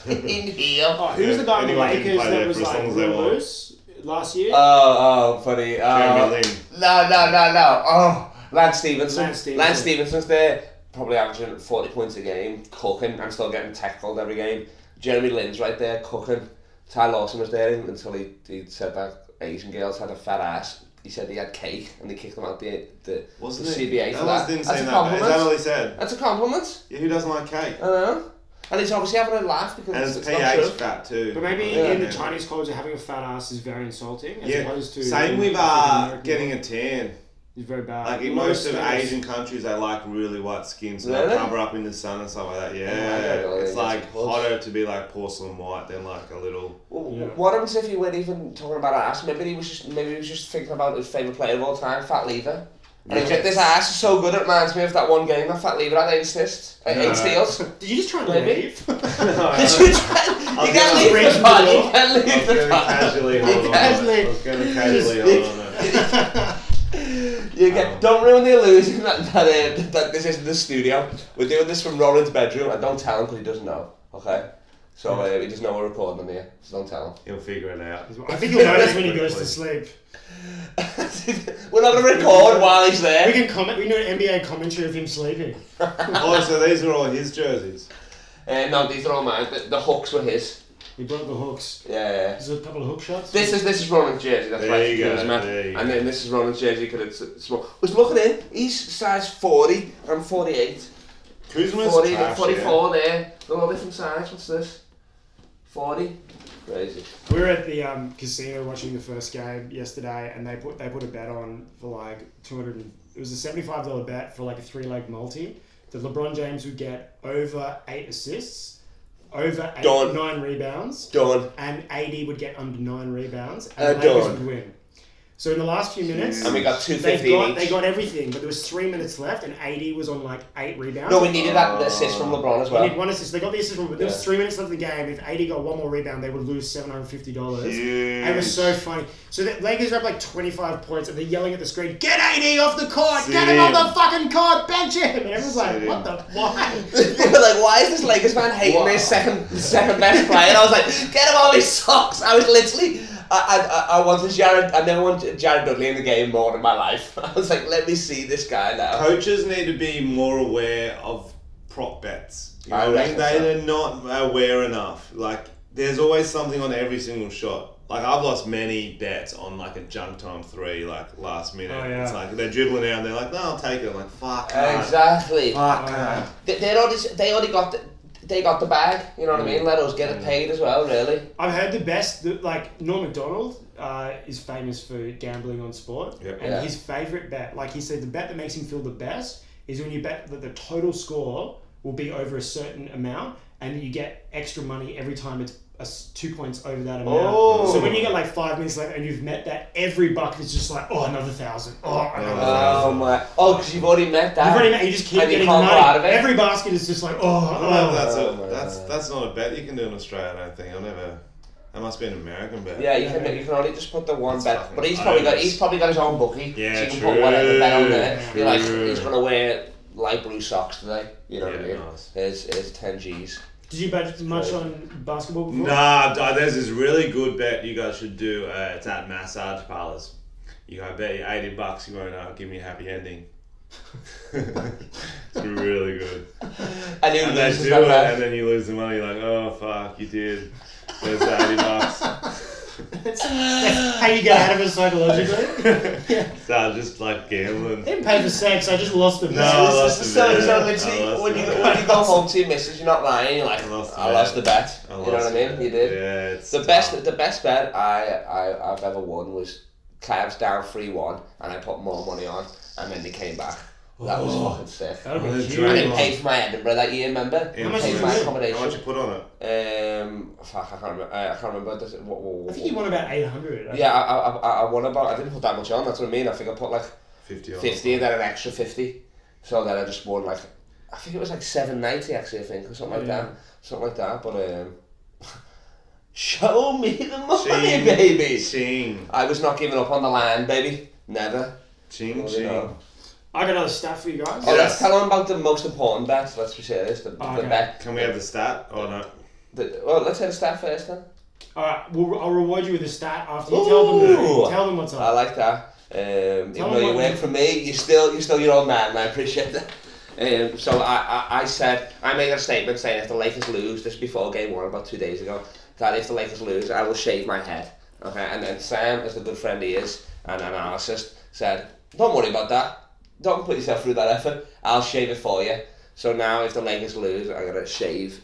B: In here.
A: Oh, who's the guy in the
C: Anyone can
A: Lakers
C: play
A: that
C: there
A: was
C: for as
A: like
C: long as they want.
A: loose last year?
B: Oh, oh, funny.
C: Jeremy
B: Oh,
C: Lin.
B: no, no, no, no. Oh, Lance Stevenson.
A: Lance Stevenson.
B: Lance Stevenson's there, probably averaging 40 points a game, cooking. I'm still getting tackled every game. Jeremy Lin's right there, cooking. Ty Lawson was there until he, he said that Asian girls had a fat ass. He said they had cake and they kicked them out the, the, the
C: Wasn't it?
B: CBA for
C: Ellis
B: that.
C: didn't
B: That's
C: say
B: a
C: that. Is
B: compliment.
C: that all he said?
B: That's a compliment.
C: Yeah, who doesn't like cake?
B: I know. And he's obviously having a laugh because
C: And
B: it's,
C: his
B: it's not true.
C: PH fat too.
A: But maybe
B: Yeah.
A: in the Chinese culture, having a fat ass is very insulting. As
C: Yeah.
A: opposed to
C: Same with uh, getting a tan.
A: It's very bad.
C: Like in most of Asian countries, they like really white skin, so
B: Really?
C: they cover up in the sun and stuff like that. Yeah,
B: don't really
C: it's
B: think
C: like
B: that's important.
C: hotter to be like porcelain white than like a little.
B: Well,
A: Yeah.
B: What happens if he weren't even talking about ass? Maybe he was just maybe he was just thinking about his favourite player of all time, Fat Lever. And he's like, this ass is so good, it reminds me of that one game that Fat Lever had eight assists, uh,
C: Yeah.
B: eight steals.
A: Did you just try and
B: Maybe.
A: leave?
B: Did you try? You can't
C: gonna
B: leave
A: break
B: the pod.
A: the
B: You can't
C: I was
B: leave
C: gonna
B: the pod.
C: casually hold on.
A: Casually.
C: I was gonna casually hold on. it.
B: You
A: Oh.
B: get, don't ruin the illusion that that, uh, that this isn't the studio. We're doing this from Roland's bedroom, and don't tell him because he doesn't know. Okay. So uh, he doesn't know we're recording in here, so don't tell him.
C: He'll figure it out.
A: I think you'll notice when he goes to sleep.
B: we're not gonna record while he's
A: We
B: there.
A: can comment. We can do an NBA commentary of him sleeping.
C: Oh, so these are all his jerseys.
B: Uh, no, these are all mine. The, the hooks were his.
A: He brought the hooks.
B: Yeah, yeah.
A: There's a couple of hook shots.
B: This is this is Ronan's jersey. That's
C: There
B: right.
C: you
B: he
C: go,
B: was mad.
C: there you
B: and
C: go.
B: then this is Ronan's jersey because it's small. Was looking in. He's size forty. I'm 48.
C: Kuzma's
B: 40,
C: trash,
B: 44 there. They're all different size. What's this? Forty. Crazy.
A: We were at the um, casino watching the first game yesterday, and they put they put a bet on for like two hundred. It was a seventy five dollar bet for like a three leg multi that LeBron James would get over eight assists, over eight,
B: Done.
A: nine rebounds,
B: Done.
A: and AD would get under nine rebounds, and
B: Uh,
A: the Lakers would
B: done.
A: win. So in the last few minutes,
B: And we got two
A: they got
B: fifteen
A: they
B: each.
A: got everything, but there was three minutes left, and AD was on like eight rebounds.
B: No, we needed that assist from LeBron as
A: They
B: well.
A: need one assist. They got the assist from, but there
B: Yeah.
A: was three minutes left in the game. If AD got one more rebound, they would lose seven hundred fifty dollars.
C: Huge.
A: It was so funny. So the Lakers are up like twenty five points, and they're yelling at the screen, "Get AD off the court!
C: Sit
A: Get him
C: him.
A: off the fucking court! Bench him!" And everyone's like,
C: Sit
A: "What the why?"
B: they were like, why is this Lakers fan hating their second second best player? And I was like, get him all his socks. I was literally, I, I, I wanted Jared, I never wanted Jared Dudley in the game more in my life. I was like, let me see this guy now.
C: Coaches need to be more aware of prop bets. You know
B: I
C: what I mean?
B: reckon
C: They
B: so.
C: are not aware enough. Like, there's always something on every single shot. Like, I've lost many bets on like a junk time three, like last minute.
A: Oh, yeah.
C: It's like they're dribbling out and they're like, no, I'll take it. I'm like, fuck. can't.
B: Exactly.
C: Fuck.
A: Oh,
C: can't.
B: They, they already, they already got the, they got the bag. You know what I
A: Mm.
B: mean? Let us get it paid as well. Really.
A: I've heard the best. That, like Norm Macdonald uh, is famous for gambling on sport,
C: Yep.
A: and
B: Yeah.
A: his favorite bet, like he said, the bet that makes him feel the best is when you bet that the total score will be over a certain amount, and you get extra money every time it's. a s- two points over that amount.
B: Oh.
A: So when you get like five minutes left and you've met that, every buck is just like, oh, another thousand. Oh, another
C: Oh.
A: thousand.
B: Oh my! Oh, because you've already met that.
A: You've already met, you just keep
B: And you
A: getting
B: can't
A: money.
B: go out of it.
A: Every basket is just like, oh,
C: I don't know if
A: oh.
C: that's,
B: Oh,
C: a,
B: my
C: that's,
B: God.
C: that's not a bet you can do in Australia, I don't think. I've never. That must be an American bet.
B: Yeah, you can you can only just put the one
C: It's
B: bet,
C: fucking
B: but he's probably got
C: loads.
B: he's probably got his own bookie. so
C: Yeah,
B: you can put whatever bet on there.
A: true,
B: You're like
C: true.
B: he's gonna wear light blue socks today. You know what I
C: Yeah,
B: mean?
C: nice.
B: There's there's ten G's.
A: Did you bet much on basketball before?
C: Nah, d- uh, there's this really good bet you guys should do. Uh, it's at massage parlors. You go, I bet you 80 bucks you won't uh, give me a happy ending. it's really good.
B: And who
C: And they
B: loses
C: do it,
B: that
C: and
B: bet?
C: then you lose the money. You're like, oh, fuck, you did. There's the 80 bucks.
A: That's, that's how you get out of it psychologically.
C: so I just like
A: I
C: gambling.
A: didn't pay for sex, I just lost the
C: No,
A: bet.
C: I lost
B: So-
C: the
B: so,
C: bet.
B: so
C: I
B: literally,
C: lost
B: when
C: the
B: you,
C: bet.
B: when you go home to your missus, you're not lying. You're like, I
C: lost the
B: lost the
C: bet.
B: bet. You
C: I
B: know what I
C: lost
B: mean?
C: it.
B: You did.
C: Yeah, it's
B: The
C: tough.
B: best, the best bet I, I I've ever won was Cavs down three one, and I put more money on, and then they came back. That was
C: Oh.
B: fucking sick.
A: That would
C: Oh,
A: be
C: the
A: huge.
C: dream.
B: I didn't pay for my Edinburgh that year, remember?
C: Yeah,
A: How much
B: paid
A: did
B: for my
A: you-
C: How much you
B: accommodation.
C: put on it?
B: Um, fuck, I can't remember. I, I can't remember. Does it, what, what,
A: I
B: what,
A: think you won about 800.
B: yeah, I, I, I- I won about. I didn't put that much on. That's what I mean. I think I put like
C: 50 on
B: fifty, and then an extra fifty. So then I just won like, I think it was like seven ninety actually. I think or something like
A: Yeah.
B: that, something like that. But um, show me the money,
C: Ching,
B: baby.
C: Ching.
B: I was not giving up on the land, baby. Never.
C: Ching,
B: Well, you
C: ching.
B: know.
A: I got another stat for you guys.
B: Oh, let's
C: Yes.
B: tell them about the most important bet. Let's be serious. The, the
A: Okay.
B: bet.
C: Can we have the stat or no?
B: The, well, let's hear the stat first then.
A: All right, we'll, I'll reward you with a stat after you tell
B: Ooh.
A: them. Tell them what's
B: I
C: Uh,
A: up.
B: like that. Um, even
A: Tell
B: though
A: them
B: you
A: what
B: work
A: you-
B: for me, you're still you're still your old man, and I appreciate that. Um, so I, I, I said I made a statement saying if the Lakers lose this before game one about two days ago that if the Lakers lose I will shave my head. Okay, and then Sam, as the good friend he is and an narcissist, said, "Don't worry about that. Don't put yourself through that effort. I'll shave it for you." So now if the Lakers lose, I'm gonna shave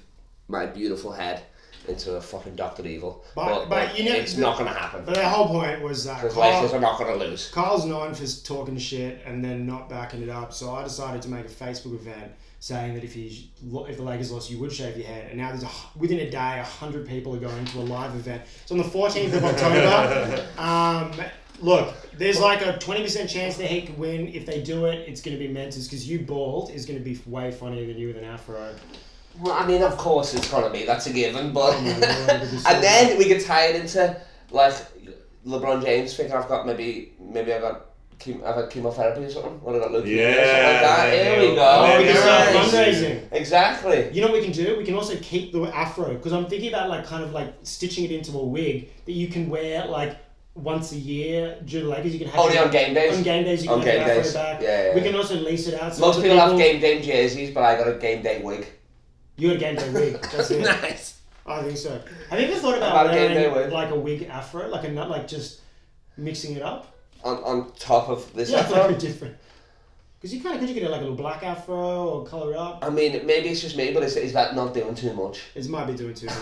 B: my beautiful head into a fucking Doctor Evil.
A: But- but you know-
B: it's not gonna happen.
A: But their whole point was that
B: Because
A: Carl-
B: Lakers are not gonna lose.
A: Kyle's known for talking shit and then not backing it up. So I decided to make a Facebook event saying that if he if the Lakers lost, you would shave your head. And now there's a, within a day, hundred people are going to a live event. It's on the 14th of October. um, look, there's like a 20% chance the Heat could win. If they do it, it's going to be mentors because you bald is going to be way funnier than you with an afro.
B: Well, I mean, of course it's gonna be. That's a given. But
A: Oh my word, it'd be so
B: and then we get tied into like LeBron James thinking I've got maybe maybe I got chem- I've had chemotherapy or something. Or I got leukemia or something like that.
C: Yeah,
B: Here we go.
A: Oh, we
C: Maybe
A: can start
C: it's-
A: fundraising.
B: Exactly.
A: You know what we can do? We can also keep the afro because I'm thinking about like kind of like stitching it into a wig that you can wear like once a year during the Lakers. You can have
B: Only
A: it-
B: on Oh, game days.
A: On game days, you can
B: On
A: have
B: game
A: the afro
B: days.
A: back.
B: Yeah, yeah,
A: we
B: yeah.
A: can also lease it out. So
B: Most
A: other
B: people have game day jerseys, but I got a game day wig.
A: You got a game day wig. That's it.
B: nice.
A: I think so. Have you ever thought about,
B: About a game
A: wearing
B: day wig.
A: like a wig afro, like a nut, like just mixing it up?
B: On, on top of this
A: Yeah,
B: afro.
A: like a different. Because you kind of could you get like a little black afro or color it up?
B: I mean, maybe it's just me, but is, is that not doing too much?
A: It might be doing too much.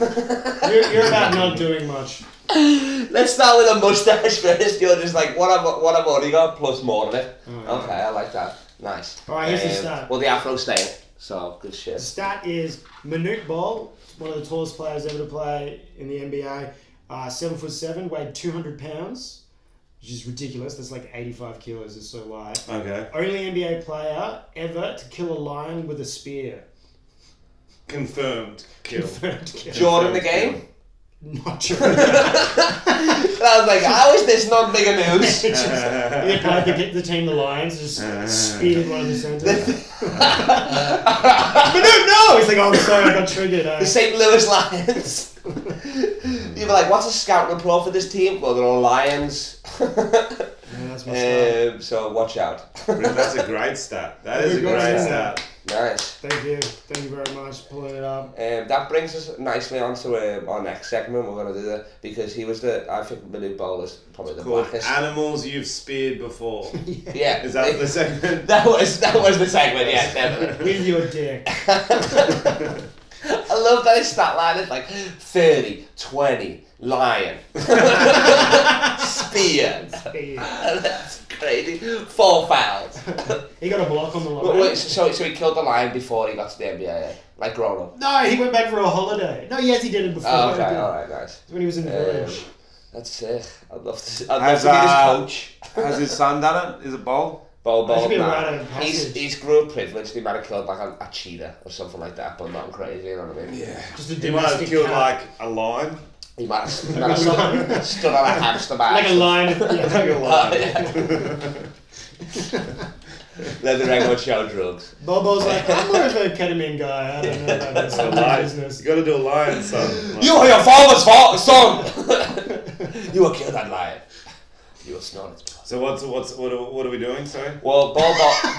A: you're, you're about not doing much.
B: Let's start with a mustache first. You're just like, what I've, what I've already got, plus more of it.
A: Oh, yeah.
B: okay, I like that. Nice. Um,
A: All right, here's the stat.
B: Well, the afro staying, so good
A: The
B: shit.
A: stat is Manute Bol, one of the tallest players ever to play in the NBA. Uh, seven foot seven, weighed two hundred pounds, which is ridiculous. That's like eighty five kilos. It's so light.
C: Okay.
A: Only NBA player ever to kill a lion with a spear.
C: Confirmed kill.
A: Confirmed kill.
B: Jordan the game?
A: Not true. He
B: And I was like, how is this not bigger news?
A: played the, the team, the Lions, just speared one in Uh. the center.
B: but no, no!
A: He's like, oh, I'm sorry, I got triggered. eh?"
B: The St. Louis Lions. you were like, what's a scout report for this team? Well, they're all Lions.
A: Yeah, that's my stat.
B: um, so watch out.
C: That's a great stat. That is a
A: Good goal,
C: great
A: yeah.
C: stat.
B: nice.
A: Thank you. Thank you very much. Pulling it up.
B: Um, that brings us nicely onto um, our next segment. We're going to do that because he was the, I think, Manute Bol is probably the
C: Called
B: blackest.
C: Animals You've Speared Before.
B: yeah.
C: Is that the segment?
B: That was that was the segment, yeah, definitely.
A: With your dick.
B: I love that his stat line is like 30, 20, lion, spear.
A: He
B: That's crazy. Four fouls.
A: got a block on the
B: But
A: line.
B: wait, so, so he killed the lion before he got to the NBA, yeah? like grown up.
A: No, he went back for a holiday. No, yes, he did it before.
B: Oh,
A: He
B: okay,
A: did.
B: alright, nice.
A: When he was in the
B: Yeah.
A: village.
B: That's sick. I'd love to, see- I'd love
C: Has,
B: to be his
C: uh,
B: coach.
C: Has his son done it? Is it Bowl?
B: Bo
A: I should
B: Bo
A: be a
B: man.
A: rite of
B: He's,
A: passage.
B: he's grew up privileged. He might have killed like a, a cheetah or something like that, but nothing crazy, you know what I mean? Yeah.
A: Just a
C: He might have
A: domestic
C: killed
A: cat.
C: like a lion.
B: He might have, he might have stood, stood on a hamster bar.
A: Like a lion.
C: Like a
B: Oh,
A: Yeah.
C: lion.
B: Let the record show drugs.
A: Bobo's like, I'm more of a ketamine guy. I don't know about this.
C: A
A: I'm in
C: lion.
A: business.
C: You gotta do a lion, son. Like,
B: You are your father's fault, son! you will kill that lion. You will snort its blood.
C: so what's what's what are, what are we doing? Sorry.
B: Well, Bob, Bob,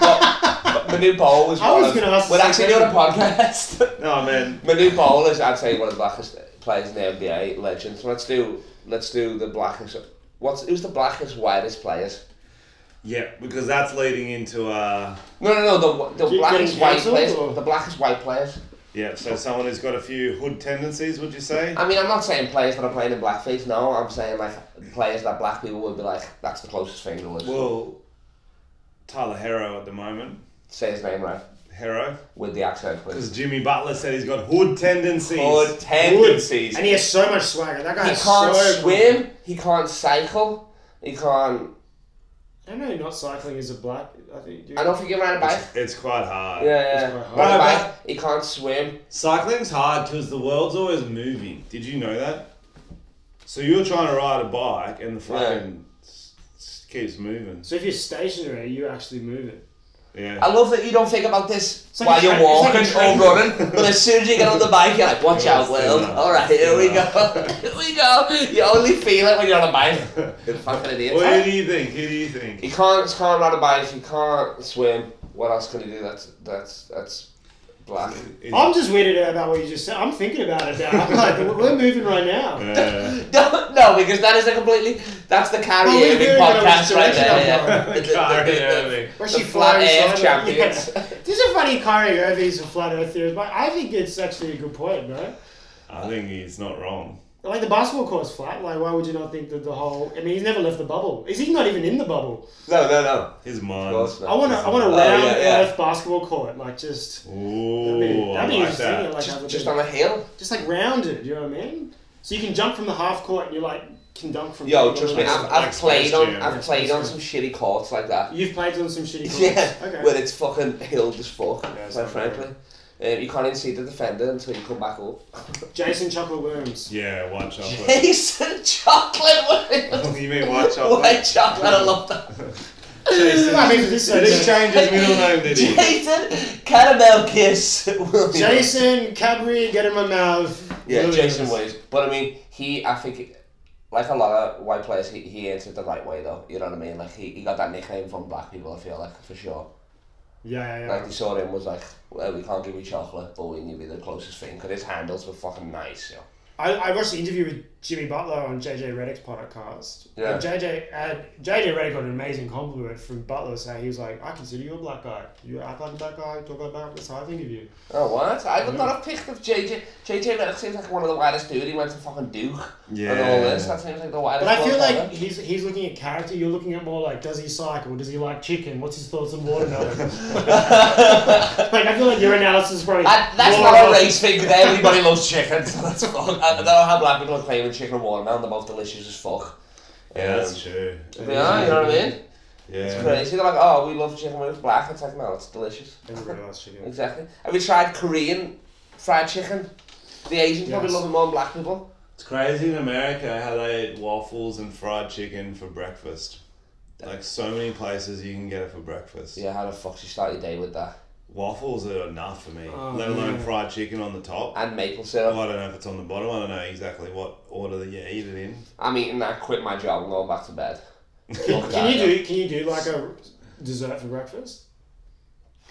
B: Bob my new bowl is
A: I
B: one
A: was
B: of,
A: gonna ask
B: We're
A: the
B: actually
A: same
B: doing a podcast.
C: No, man.
B: my new bowl is, I'd say, one of the blackest players in the NBA, legends. Let's do, let's do the blackest. What's who's the blackest, whitest players?
C: Yeah, because that's leading into uh
B: No, no, no. The, the
A: Keep
B: blackest
A: getting
B: white
A: cancelled,
B: players.
A: or-
B: The blackest white players.
C: yeah. So someone who's got a few hood tendencies, would you say?
B: I mean, I'm not saying players that are playing in blackface. No, I'm saying like players that black people would be like, that's the closest thing to us.
C: Well, Tyler Harrow at the moment.
B: Say his name right
C: Harrow,
B: with the accent, please.
C: because Jimmy Butler said he's got hood tendencies.
B: Or
A: Wood.
B: tendencies.
A: And he has so much swagger. That guy
B: He
A: is
B: can't
A: so
B: swim. He can't cycle. He can't.
A: I don't know, not cycling is a black. I think. Dude.
B: I don't think he can ride a bike.
C: It's quite hard.
B: Yeah, yeah.
A: quite hard.
B: Ride a
C: Right,
B: bike. He can't swim.
C: Cycling's hard because the world's always moving. Did you know that? So you're trying to ride a bike and the fucking s- s- keeps moving.
A: So if you're stationary, you're actually moving.
C: Yeah.
B: I love that you don't think about this
A: like
B: while
A: a
B: you're
A: tra- it's like a
B: walking
A: train.
B: or running, but as soon as you get on the bike, you're like, watch
C: Yeah,
B: out,
C: it's
B: Will.
C: thinner.
B: All right,
C: It's
B: here we
C: thinner.
B: go. here we go. You only feel it when you're on a bike. You're fucking idiot.
C: Well, who do you think? Who do you think?
B: You can't, can't ride a bike, you can't swim. What else can you do that's, that's, that's black?
A: I'm just weirded out about what you just said. I'm thinking about it now. I'm like, we're moving right now.
C: Uh,
B: No, no, because that is a completely. That's the Carrie
A: Well, we
B: Irving
A: really gotta
B: podcast right
A: resurrect
B: there.
A: that
B: Yeah.
A: one.
B: The- the- the-
C: Kyrie
B: the-
C: Irving.
A: Where
B: The
A: flying
B: flat Earth
A: side- Yeah.
B: champions.
A: This is a funny Kyrie Irving's a flat earth theorist, but I think it's actually a good point, bro.
C: I think he's not wrong.
A: Like the basketball court's flat. Like, why would you not think that the whole? I mean, he's never left the bubble. Is he not even in the bubble?
B: No, no, no.
C: His
A: Um,
B: Of
C: mind.
B: course not.
A: I want to. I want a
B: Oh,
A: round
B: yeah, yeah.
A: earth basketball court. Like just. That'd
C: Ooh,
A: be, that'd be
C: I like
A: interesting.
C: that.
A: Like, have a
B: Just,
A: bit-
B: just on a hill.
A: just like rounded. You know what I mean? So you can jump from the half court and you like can dunk from.
B: Yo,
A: the-
B: trust me, I've,
C: Like
B: I've
C: Space
B: played on
C: Jam.
B: I've played on some shitty courts like that.
A: You've played on some shitty courts.
B: Yeah,
A: Okay.
B: where it's fucking hilled as fuck,
A: Yeah, it's
B: quite
A: not
B: frankly. Um, you can't even see the defender until you come back up.
A: Jason Chocolate Worms.
C: Yeah, white chocolate.
B: Jason Chocolate Williams!
C: you mean white
B: White
C: chocolate?
B: Chocolate, I love that.
C: Jason.
A: I mean, this
C: Did he
A: is
C: change his middle name? Did he?
B: Jason Caramel Kiss Williams.
A: Jason Cadbury, get in my mouth.
B: Yeah,
A: Williams.
B: Jason Williams. But I mean, he, I think, like a lot of white players, he, he entered the right way though. You know what I mean? Like he, he got that nickname from black people. I feel like for sure.
A: Yeah, yeah,
B: Like
A: yeah.
B: they saw him was like, well, we can't give you chocolate, but we knew you the closest thing because his handles were fucking nice. You know?
A: I, I watched the interview with Jimmy Butler on JJ Reddick's podcast.
B: Yeah.
A: And JJ, uh, JJ Reddick got an amazing compliment from Butler saying he was like, I consider you a black guy. You act like a black guy, talk like that. That's how I think of you.
B: Oh what? I would not have picked up JJ. JJ Redick seems like one of the wildest dude. He went to fucking Duke and all this. That seems like the wildest.
A: But I feel
B: one
A: like
B: ever.
A: he's he's looking at character. You're looking at more like, does he cycle? Does he like chicken? What's his thoughts on watermelon? like I feel like your analysis is probably.
B: I, that's
A: more
B: not a
A: about-
B: race thing because everybody loves chicken. So that's fuck. I don't know how black people are claiming chicken and watermelon. They're both delicious as fuck.
C: Yeah,
B: Um,
C: that's true.
B: They are, you know what I mean? It's
C: Yeah.
B: crazy. They're like, oh, we love chicken when it's black. It's like, no, it's delicious.
A: Everybody loves chicken.
B: Exactly. Have you tried Korean fried chicken? The Asians probably
A: Yes.
B: love it more than black people.
C: It's crazy in America how they eat waffles and fried chicken for breakfast. Like so many places you can get it for breakfast.
B: Yeah, how the fuck you start your day with that?
C: Waffles are enough for me.
A: Oh,
C: let alone
A: yeah.
C: fried chicken on the top.
B: And maple
C: Well,
B: syrup.
C: I don't know if it's on the bottom. I don't know exactly what order that you eat it in.
B: I'm eating that, quit my job, and going back to bed.
A: Can, can you do can you do like a dessert for breakfast?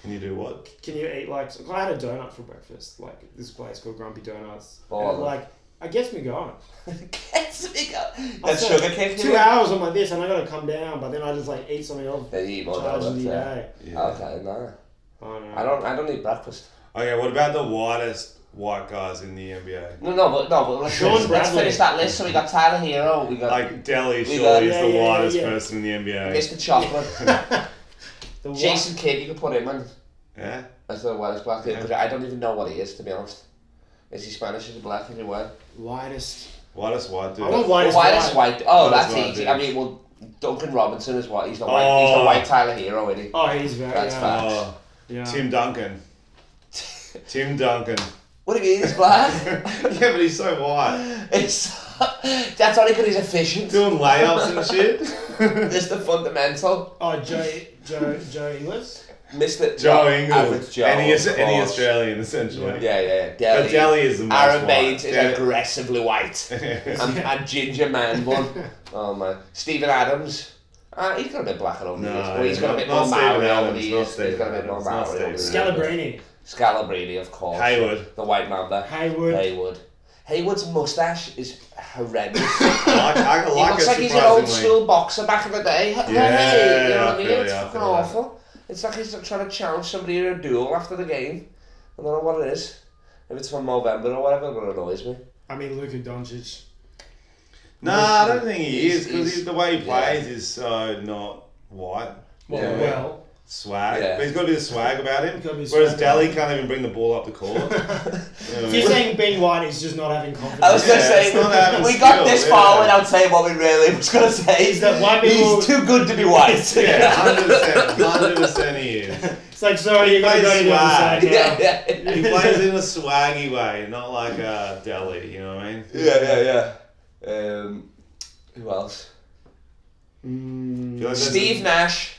C: Can you do what?
A: Can you eat like? so I had a donut for breakfast. Like this place called Grumpy Donuts.
B: Oh,
A: and
B: I love-
A: like, I gets me going.
B: Gets me going.
A: I
B: That
A: said,
B: sugar kick.
A: Two
B: you mean?
A: hours. I'm like this, and I gotta come down. But then I just like eat something else.
B: Then you eat more
A: Charge of
B: donuts.
A: the
B: Yeah.
A: day.
C: Yeah.
B: Okay, no.
A: Oh, no.
B: I don't. I don't eat breakfast.
C: Okay, what about the whitest white guys in the NBA?
B: No, no, but no, but let's,
A: Sean
B: finish, let's
A: Bradley.
B: finish that list. So we got Tyler Hero. We got
C: Like Delhi
B: We
C: surely
B: got-
C: is
A: Yeah,
C: the
A: yeah, yeah,
C: whitest
A: yeah.
C: person in the NBA.
B: Mr. Chocolate.
A: The wa-
B: Jason Kidd, you could put him in.
C: Yeah.
B: I don't know what it's black. because I don't even know what he is to be honest. Is he Spanish? Is he black? Is he white?
A: lightest.
C: Whitest white dude.
A: I want whitest.
B: Why that's
A: white.
B: white? Oh,
C: Whitest
B: that's
C: white,
B: easy.
C: yeah.
B: I mean, well, Duncan Robinson is white. He's the white. He's the
C: Oh.
B: white Tyler Hero, isn't he?
A: Oh, he's very.
B: That's
A: yeah.
B: fine.
C: Oh,
A: Yeah.
C: Tim Duncan. Tim Duncan.
B: What do you mean he's black?
C: yeah, but he's so white.
B: it's that's only because he's efficient.
C: Doing layups and shit.
B: Mr. Fundamental,
A: Oh, Joe, Joe, Joe Inglis.
B: Mr.
C: Joe
B: no,
C: Ingles.
B: average Joe,
C: any,
B: of
C: any
B: course.
C: Australian, essentially.
B: Yeah, yeah, yeah.
C: But
B: Delhi.
C: Delhi is the most
B: Aaron Baines
C: white.
B: is
C: Yeah.
B: aggressively white. and, and Ginger Man one. Oh man, Stephen Adams. Uh, he's got a bit blacker over the
C: No,
B: years. Well, he's got a bit
C: not-
B: more
C: not Stephen
B: Maori over
C: Adams,
B: the
C: not
B: years. He's
C: Stephen
B: got a bit more
C: Adams, not
B: Maori over the years.
C: Stephen
A: Scalabrini.
B: Scalabrini, of course.
C: Hayward.
B: The White Mamba.
A: Hayward.
B: Hayward. Hayward's mustache is horrendous.
C: I like, I
B: he
C: like
B: looks
C: it
B: like he's an old
C: surprisingly.
B: school boxer back in the day. H-
C: Yeah,
B: hey, you know what I
C: I
B: mean?
C: feel
B: It's
C: you, I
B: fucking
C: feel you.
B: awful. It's like he's trying to challenge somebody in a duel after the game. I don't know what it is. If it's from November or whatever, it annoys me.
A: I mean, Luka Doncic.
C: Nah, I don't think he
B: He's-
C: is
B: he's-
C: because the way
B: yeah.
C: he plays is so not white.
A: Well,
B: Yeah.
A: well.
C: Swag.
B: Yeah.
C: But he's got a bit of swag about him.
A: He's got a bit of
C: Whereas
A: swag
C: Daly can't even bring the ball up the court. You know what I
A: If
C: mean?
A: you're saying being white is just not having confidence.
B: I was gonna
C: Yeah,
B: say
C: it's not having
B: we got
C: skill,
B: this
C: yeah.
B: far without saying what we really was gonna say.
A: Is that white people-
B: He's too good to be white.
C: yeah, hundred percent, hundred percent he is.
A: It's like, sorry, you're gonna go to the other
C: Swag.
A: side now.
B: yeah, yeah, yeah,
C: He plays in a swaggy way, not like a Daly. You know what I mean?
B: yeah, yeah. Um, who else?
A: Mm,
C: I feel like there's
B: Steve Nash.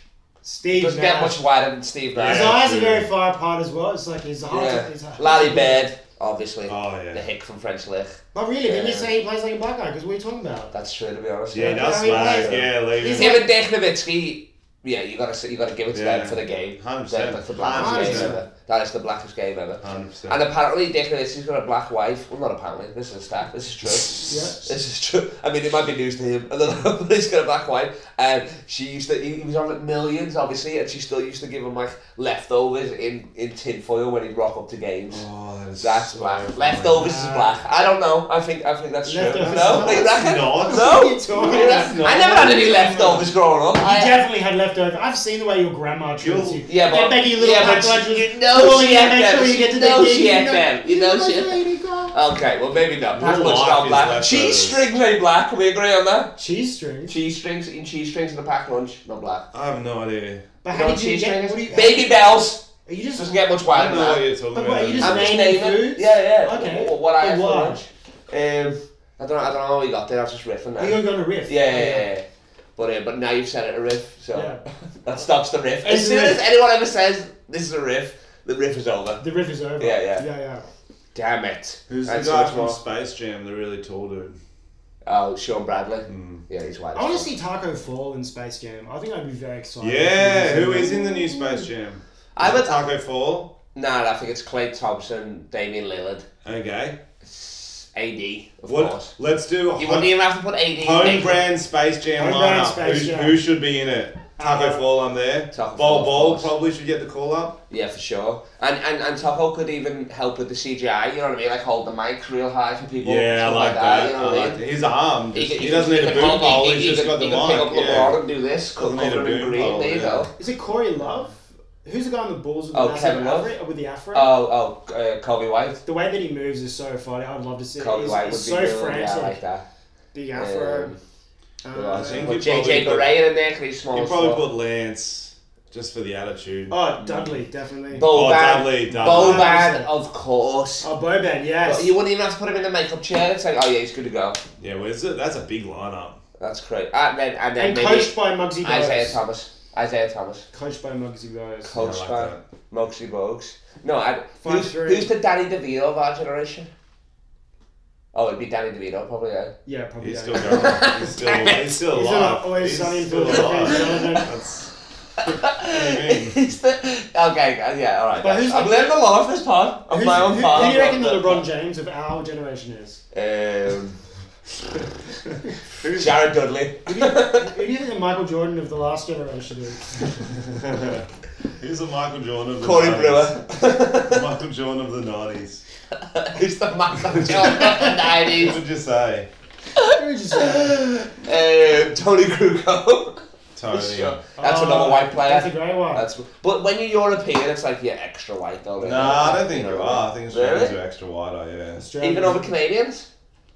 A: Steve
B: Doesn't get
A: Nash.
B: much wider than Steve
A: His
B: Nash.
C: Yeah.
A: eyes are very far apart as well. It's like his eyes.
B: Yeah.
A: His
B: Larry Bird, obviously.
C: Oh, yeah.
B: The hick from French Lick.
A: But really, didn't you
B: Yeah.
A: say he plays like a black guy? Because what are you talking about?
B: That's true, to be honest.
C: Yeah, that's
A: Yeah, he
C: swag.
A: plays-
C: Yeah, leave
A: He's
C: him.
B: Him and Dirk Nowitzki, yeah, you gotta you gotta give it to
C: Yeah.
B: them for the game.
C: 100%.
B: That's the blackest game
A: 100%.
B: ever. That is the blackest game ever.
C: 100%.
B: And apparently Dirk Nowitzki's got a black wife. Well, not apparently. This is a stat. This is true.
A: Yeah.
B: This is true. I mean, it might be news to him. I don't know, but he's got a black wife, and she used to. He, he was on like millions, obviously, and she still used to give him like leftovers in in tinfoil when he'd rock up to games.
C: Oh, that is
B: That's
C: so
B: black.
C: funny.
B: Leftovers is black. I don't know. I think I think that's true.
A: Leftovers is
B: No,
A: not-
B: you reckon?
C: not.
A: What are
B: No.
A: you talking
B: You
A: about?
B: reckon? I never had any leftovers growing up.
A: You
B: I,
A: definitely had leftover. I've seen the way your grandma treats
C: You'll-
A: you.
B: yeah, but
A: Get back you little
B: yeah, but
A: cockroaches.
B: you know
A: Cool,
B: she
A: yeah,
B: had
A: make
B: them.
A: sure you get to the
B: You know
A: gig.
B: she had
A: know-
B: them. You know she had them.
A: lady girl.
B: Okay, well maybe not.
C: Your
B: That one's
C: life
B: not
C: is
B: black.
C: leftovers.
B: Cheese strings ain't black. Can we agree on that?
A: Cheese strings.
B: Cheese strings, eating cheese strings in a packed lunch, not black.
C: I have no idea.
A: But
B: You know
A: how did you
B: cheese
A: get?
B: strings?
A: What are you?
B: Baby bells
A: Are you just?
B: doesn't get much
C: I
B: wider
C: don't
B: than
C: know
B: that.
C: what you're talking
A: But
C: about.
A: what, you just-
B: I'm just
A: Name
B: naming.
A: foods?
B: Yeah, yeah.
A: Okay.
B: What, what I had
A: And
B: for
A: why?
B: lunch. Um, I don't. I don't know how we got there. I was just riffing
A: You're
B: there.
A: gonna riff.
B: Yeah, yeah, yeah. yeah. But uh, but now you've said it a riff, so
A: Yeah.
B: that stops the riff.
A: It's
B: As
A: a
B: soon
A: riff.
B: as anyone ever says this is a riff, the riff is over.
A: The riff is over.
B: Yeah, yeah.
A: Yeah, yeah.
B: Damn it!
C: Who's the
B: And so
C: guy
B: much
C: from
B: more-
C: Space Jam, the really tall dude?
B: Oh, Sean Bradley.
C: Hmm.
B: Yeah, he's white.
A: I want to see Taco Fall in Space Game. I think I'd be very excited.
C: Yeah, who is in the new Space Jam?
B: I would.
C: Taco Fall.
B: Nah, I think it's Clay Thompson, Damian Lillard,
C: Okay.
B: AD, of
C: What?
B: course.
C: Let's do a
B: You wouldn't
C: home,
B: even have to put AD.
C: home
B: Make-
C: brand Space Jam
A: Home brand
C: lineup.
A: Space
C: who,
A: Jam.
C: who should be in it? Taco
A: Uh,
C: Fall, I'm there.
B: Taco Fall,
C: Bol
B: of
C: Bol
B: course.
C: probably should get the call up.
B: Yeah, for sure. And and and Topo could even help with the CGI. You know what I mean? Like hold the mics real high for people.
C: Yeah, I
B: stuff
C: like that.
B: You know
C: I
B: what I
C: like
B: mean?
C: that. His arm.
B: He
C: Just,
B: can-
C: he doesn't need a
B: can
C: boot
B: hold-
C: pole,
B: he-
C: he's
B: he
C: just
B: can-
C: got the
B: he can pick up
C: mic.
B: LeBron
C: Yeah.
B: and do this.
C: Doesn't
B: Cover
C: need a
B: him in
C: boot
B: green.
C: pole,
B: There you
C: yeah.
B: go.
A: Is it Corey Love? Who's the guy on the Bulls with
B: Oh,
A: the massive
B: Kevin Love?
A: afro- with the afro?
B: Oh, oh, uh, Kobe White.
A: the way that he moves is so funny. I'd love to see.
B: Kobe
A: it. He's,
B: White
A: he's
B: would be
A: so
B: really,
A: frantic.
B: yeah, I like that.
A: The afro.
B: Um,
A: uh,
B: I
C: think
B: think
C: he'd probably
B: JJ
C: put-
B: Barea in there because he's small.
C: You
B: as
C: probably
B: well.
C: put Lance just for the attitude.
A: oh, Dudley, definitely.
C: Oh,
B: Boban.
C: Dudley, Dudley.
B: Boban, of course.
A: oh, Boban, yes.
B: But you wouldn't even have to put him in the makeup chair. It's like, oh yeah, he's good to go.
C: Yeah, well, is it? That's a big lineup.
B: That's great. And then and then
A: and
B: maybe
A: coached by Muggsy
B: Isaiah
A: Bogues.
B: Thomas. Isaiah Thomas.
A: Coached by Muggsy Bogues.
B: Coached
C: like
B: by Moxie Bogues. No, I, who's,
A: three.
B: who's the Danny DeVito of our generation? Oh, it'd be Danny DeVito, probably. Yeah.
A: Yeah, probably.
C: He's
A: yeah.
C: still going. He's still, he's still
A: He's
C: alive.
A: not always
C: he's
A: sunny in
C: still
A: Philadelphia,
C: alive.
A: Jonathan.
C: That's. What do you mean?
B: He's the, okay, uh, yeah, all right.
A: But who's
B: I've
A: the-
B: learned a lot of this pod of
A: Who's-
B: my own
A: who,
B: pod.
A: who do you reckon the
B: I've
A: LeBron
B: learned-
A: James of our generation is?
B: Um, Jared Dudley.
A: Who do, you, who do you think the Michael Jordan of the last generation is?
C: Who's the Michael Jordan of the
B: Corey
C: 90s?
B: Brewer.
C: The Michael Jordan of the 90s.
B: who's the massive John of the
C: What
B: nineties?
C: would you say?
A: Who would you say?
B: Um, Tony Kruko.
C: Tony.
B: Sure. That's
A: Oh,
B: another white player.
A: That's a great one.
B: That's but when you're European, it's like you're extra white though.
C: Nah,
B: really.
C: I don't think
B: You
C: you
B: know,
C: are. I think Australians
B: Really?
C: are extra wider, yeah.
A: Australian.
B: Even over Canadians?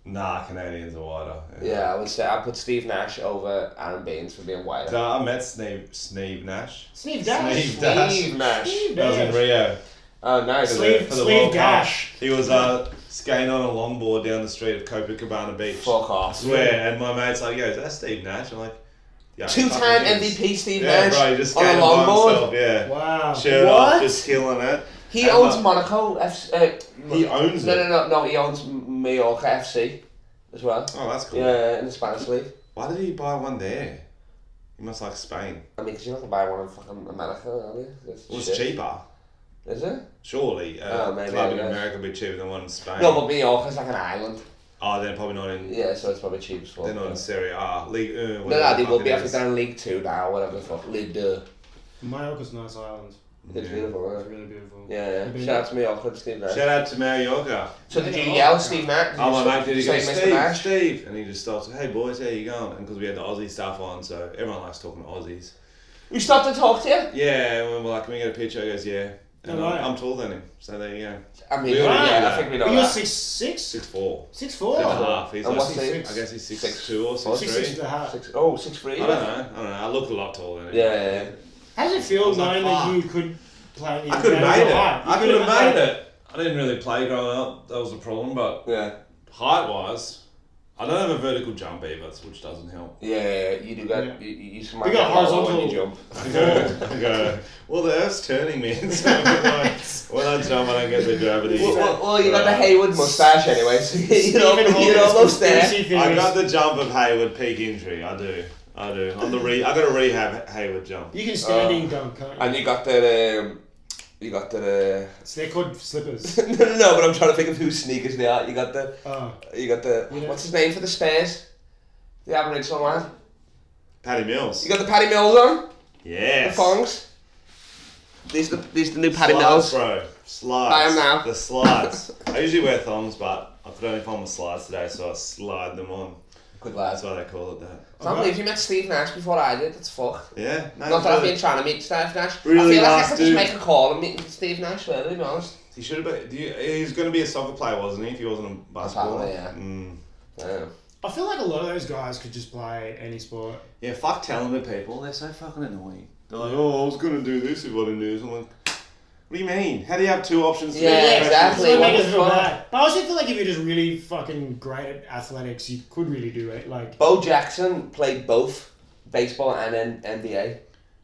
C: Nah, Canadians are wider.
B: Yeah, I would say I put Steve Nash over Aaron Baines for being whiter.
C: Nah, I met Sneeve, Sneeve Nash.
A: Sneeve Dash.
C: Sneeve Dash.
B: Steve Nash.
A: Steve
C: That was in
A: Nash.
C: Rio.
B: Oh, nice.
A: Sleeve-
C: for the
A: sleeve
C: World Cup.
A: gash.
C: He was uh, skating on a longboard down the street of Copacabana Beach.
B: Fuck off.
C: Swear, and my mate's like, yo, is that Steve Nash? I'm like, yeah.
B: Two time
C: fucking is.
B: MVP Steve
C: Yeah,
B: Nash
C: bro, he just
B: on a
C: skated by
B: longboard.
C: himself, yeah.
A: Wow.
C: Shirt
B: What?
C: off, just killing it.
B: He
C: And,
B: owns
C: uh,
B: Monaco. F- uh,
C: He owns
B: no, no,
C: it.
B: no, no. He owns M- Mallorca FC as well.
C: Oh, that's cool.
B: Yeah, in the Spanish league.
C: Why did he buy one there? He must like Spain.
B: I mean, because you're not gonna buy one in fucking America, are you? That's
C: It was
B: shit.
C: cheaper.
B: Is it?
C: Surely, uh,
B: Oh, maybe,
C: club
B: I
C: in
B: guess.
C: America would be cheaper than one in Spain.
B: No, but Mallorca's like an island.
C: oh, they're probably not in.
B: Yeah, so it's probably cheap as fuck.
C: They're not in Serie A. League. Uh,
B: No, no, they will be. I
C: after
B: think they're in League Two now, whatever the fuck. League Two.
A: Mallorca's a nice island.
B: It's
C: Yeah.
B: beautiful,
A: It's
B: isn't it?
A: really beautiful.
B: Yeah, yeah.
A: Been-
B: Shout out to me, I'll Steve Nash.
C: Shout out to Mallorca.
B: So did you
A: Yeah.
B: yell Steve Nash? Did
C: Oh
B: you
C: my mate, did he
B: say
C: go,
B: Mr.
C: Steve,
B: Nash?
C: Steve? And he just stopped, hey boys, how you going? And because we had the Aussie stuff on, so everyone likes talking to Aussies.
B: You stopped to talk to you?
C: Yeah, and we were like, can we get a picture? He goes, yeah. And
A: No
C: I'm,
A: way.
C: I'm taller than him, so there you go.
B: I mean,
C: We already
B: yeah,
C: knew
B: I
C: that.
B: think we
A: But
B: know
A: you're
B: that.
A: six six?
C: Six four.
A: Six four?
C: Six and a half. He's
B: And
C: like,
B: what's
C: six,
B: he?
C: I guess he's six,
B: Six-
C: two or six,
A: Six
C: three.
A: six and a half.
B: Six, oh, six three.
C: I don't know. I don't know. I look a lot taller than him.
B: Yeah, yeah, yeah.
A: How does it feel
C: was like,
A: knowing that
C: fuck.
A: you could play in the
C: I could have
A: NFL?
C: made it.
A: Wow. You
C: I could have made
A: like-
C: it. I didn't really play growing up. That was the problem. But
B: yeah.
C: height wise, I don't have a vertical jump either, which doesn't help.
B: Yeah, you do got
A: Yeah.
B: you, you smack
A: We got
B: that ball when you
A: horizontal-
B: jump.
C: I go, I go, well, the earth's turning me. So like, when I jump, I don't get the gravity.
B: Well, well, well, you got the Hayward mustache anyway, so you know
A: Stephen
B: you're
A: Hawking's
B: almost there.
A: conspiracy theories.
C: I got the jump of Hayward peak injury. I do. I do. I'm the re- I got a rehab Hayward jump.
A: You can standing dunk, can't you?
B: And you got the um, you got the
A: So they're called slippers.
B: uh, no, no, no, but I'm trying to think of whose sneakers they are. You got the
A: Oh,
B: you got the
A: Yeah.
B: what's his name for the spares? The Aboriginal man.
C: Paddy Mills.
B: You got the Paddy Mills on the
C: Yes.
B: thongs. These the these the new Paddy
C: slides,
B: Mills.
C: bro. Slides.
B: I am now.
C: The slides. I usually wear thongs, but I could only find my slides today, so I slide them on.
B: Good lads.
C: That's why they call it that.
B: I can't believe you met Steve Nash before I did. That's fucked.
C: Yeah. No,
B: Not that I've
C: really.
B: been trying to meet Steve Nash. I
C: Really
B: feel like I
C: nice
B: could
C: dude.
B: just make a call and meet Steve Nash. Really, to be honest.
C: He should have been. Do you, he was going to be a soccer player, wasn't he? If he wasn't a basketball.
B: Apparently, yeah.
C: Mm.
B: Yeah.
A: I feel like a lot of those guys could just play any sport.
C: Yeah, fuck talented people. They're so fucking annoying. They're like, oh, I was going to do this if I didn't do this. I'm like, what do you mean? How do you have two options? to
B: Yeah,
C: make a
B: exactly.
A: That's what
C: question?
B: what
A: make us
B: the
A: feel
B: fuck?
A: bad. But I also feel like if you're just really fucking great at athletics, you could really do it. Like
B: Bo Jackson played both baseball and N- NBA.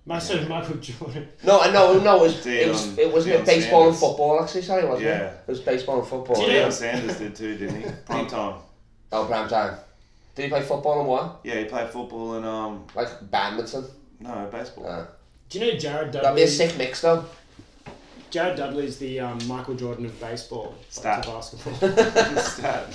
A: Master Michael Jordan.
B: No, I know, no, it was it
C: Dion-
B: was it was
C: Dion
B: baseball and
C: Sanders.
B: football actually. Sorry, wasn't
C: Yeah.
B: it? It was baseball and football.
A: Did
C: Well,
A: you-
C: Deion Sanders did too, didn't he? Prime time.
B: Oh, prime time. Did he play football and what?
C: Yeah, he played football and, um,
B: Like badminton.
C: no, baseball.
B: Uh,
A: Do you know Jared
B: that'd be
A: Dudley?
B: a sick mix though.
A: Jared Dudley's the um, Michael Jordan of baseball. but
C: Stat.
A: to basketball.
C: stat.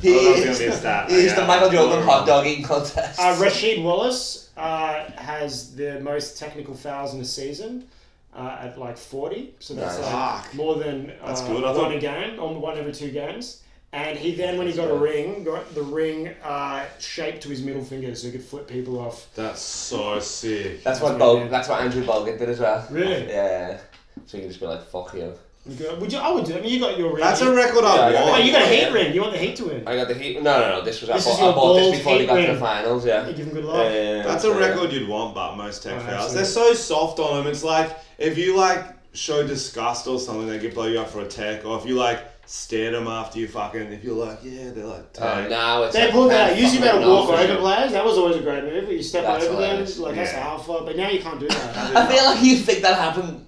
B: He
C: Oh, that was gonna
B: is-
C: be a stat.
B: He's
C: Yeah,
B: the Michael
C: I
B: Jordan
C: totally
B: hot dog eating contest.
A: uh, Rashid Wallace uh, has the most technical fouls in a season. Uh, at like 40, so that's
B: Nice.
A: like
C: Fuck.
A: more than uh,
C: That's good. I
A: one
C: thought-
A: a game, on one every two games. And he then, when he got a ring, got the ring uh, shaped to his middle finger so he could flip people off.
C: That's so sick.
A: That's
B: that's what
A: what he
B: Bo,
A: did.
B: that's what Andrew Bogut did as well.
A: Really?
B: Yeah. So you can just be like, fuck you.
A: You go- Would you? I would do it. I mean, you got your ring.
C: That's
A: You-
C: a record
B: Yeah,
C: I
B: yeah.
A: Oh,
C: want.
A: you got a
B: Yeah.
A: heat ring. You want the heat to win.
B: I got the heat. No, no, no. This was I
A: This
B: bought,
A: is your
B: I bought
A: bold
B: this before they
A: heat
B: got to the
A: win.
B: finals. Yeah.
A: You give him good luck.
B: Yeah, yeah, yeah.
C: That's
B: So,
C: a
B: yeah.
C: record you'd want, but most tech
A: Oh,
C: fouls.
A: absolutely.
C: They're so soft on them. It's like if you like show disgust or something, they could blow you up for a tech. Or if you like stare them after you fucking, if you're like, yeah, they're like,
B: Uh,
C: tech.
B: now it's
A: They
B: like,
A: pulled
B: man,
A: that. Usually,
B: fucking
A: better
B: no,
A: walk
B: for
A: over
B: sure.
A: players. That was always a great move. You step
B: That's
A: over them,
B: hilarious.
A: like that's
C: Yeah.
A: alpha. But now you can't do that.
B: I feel like you think that happened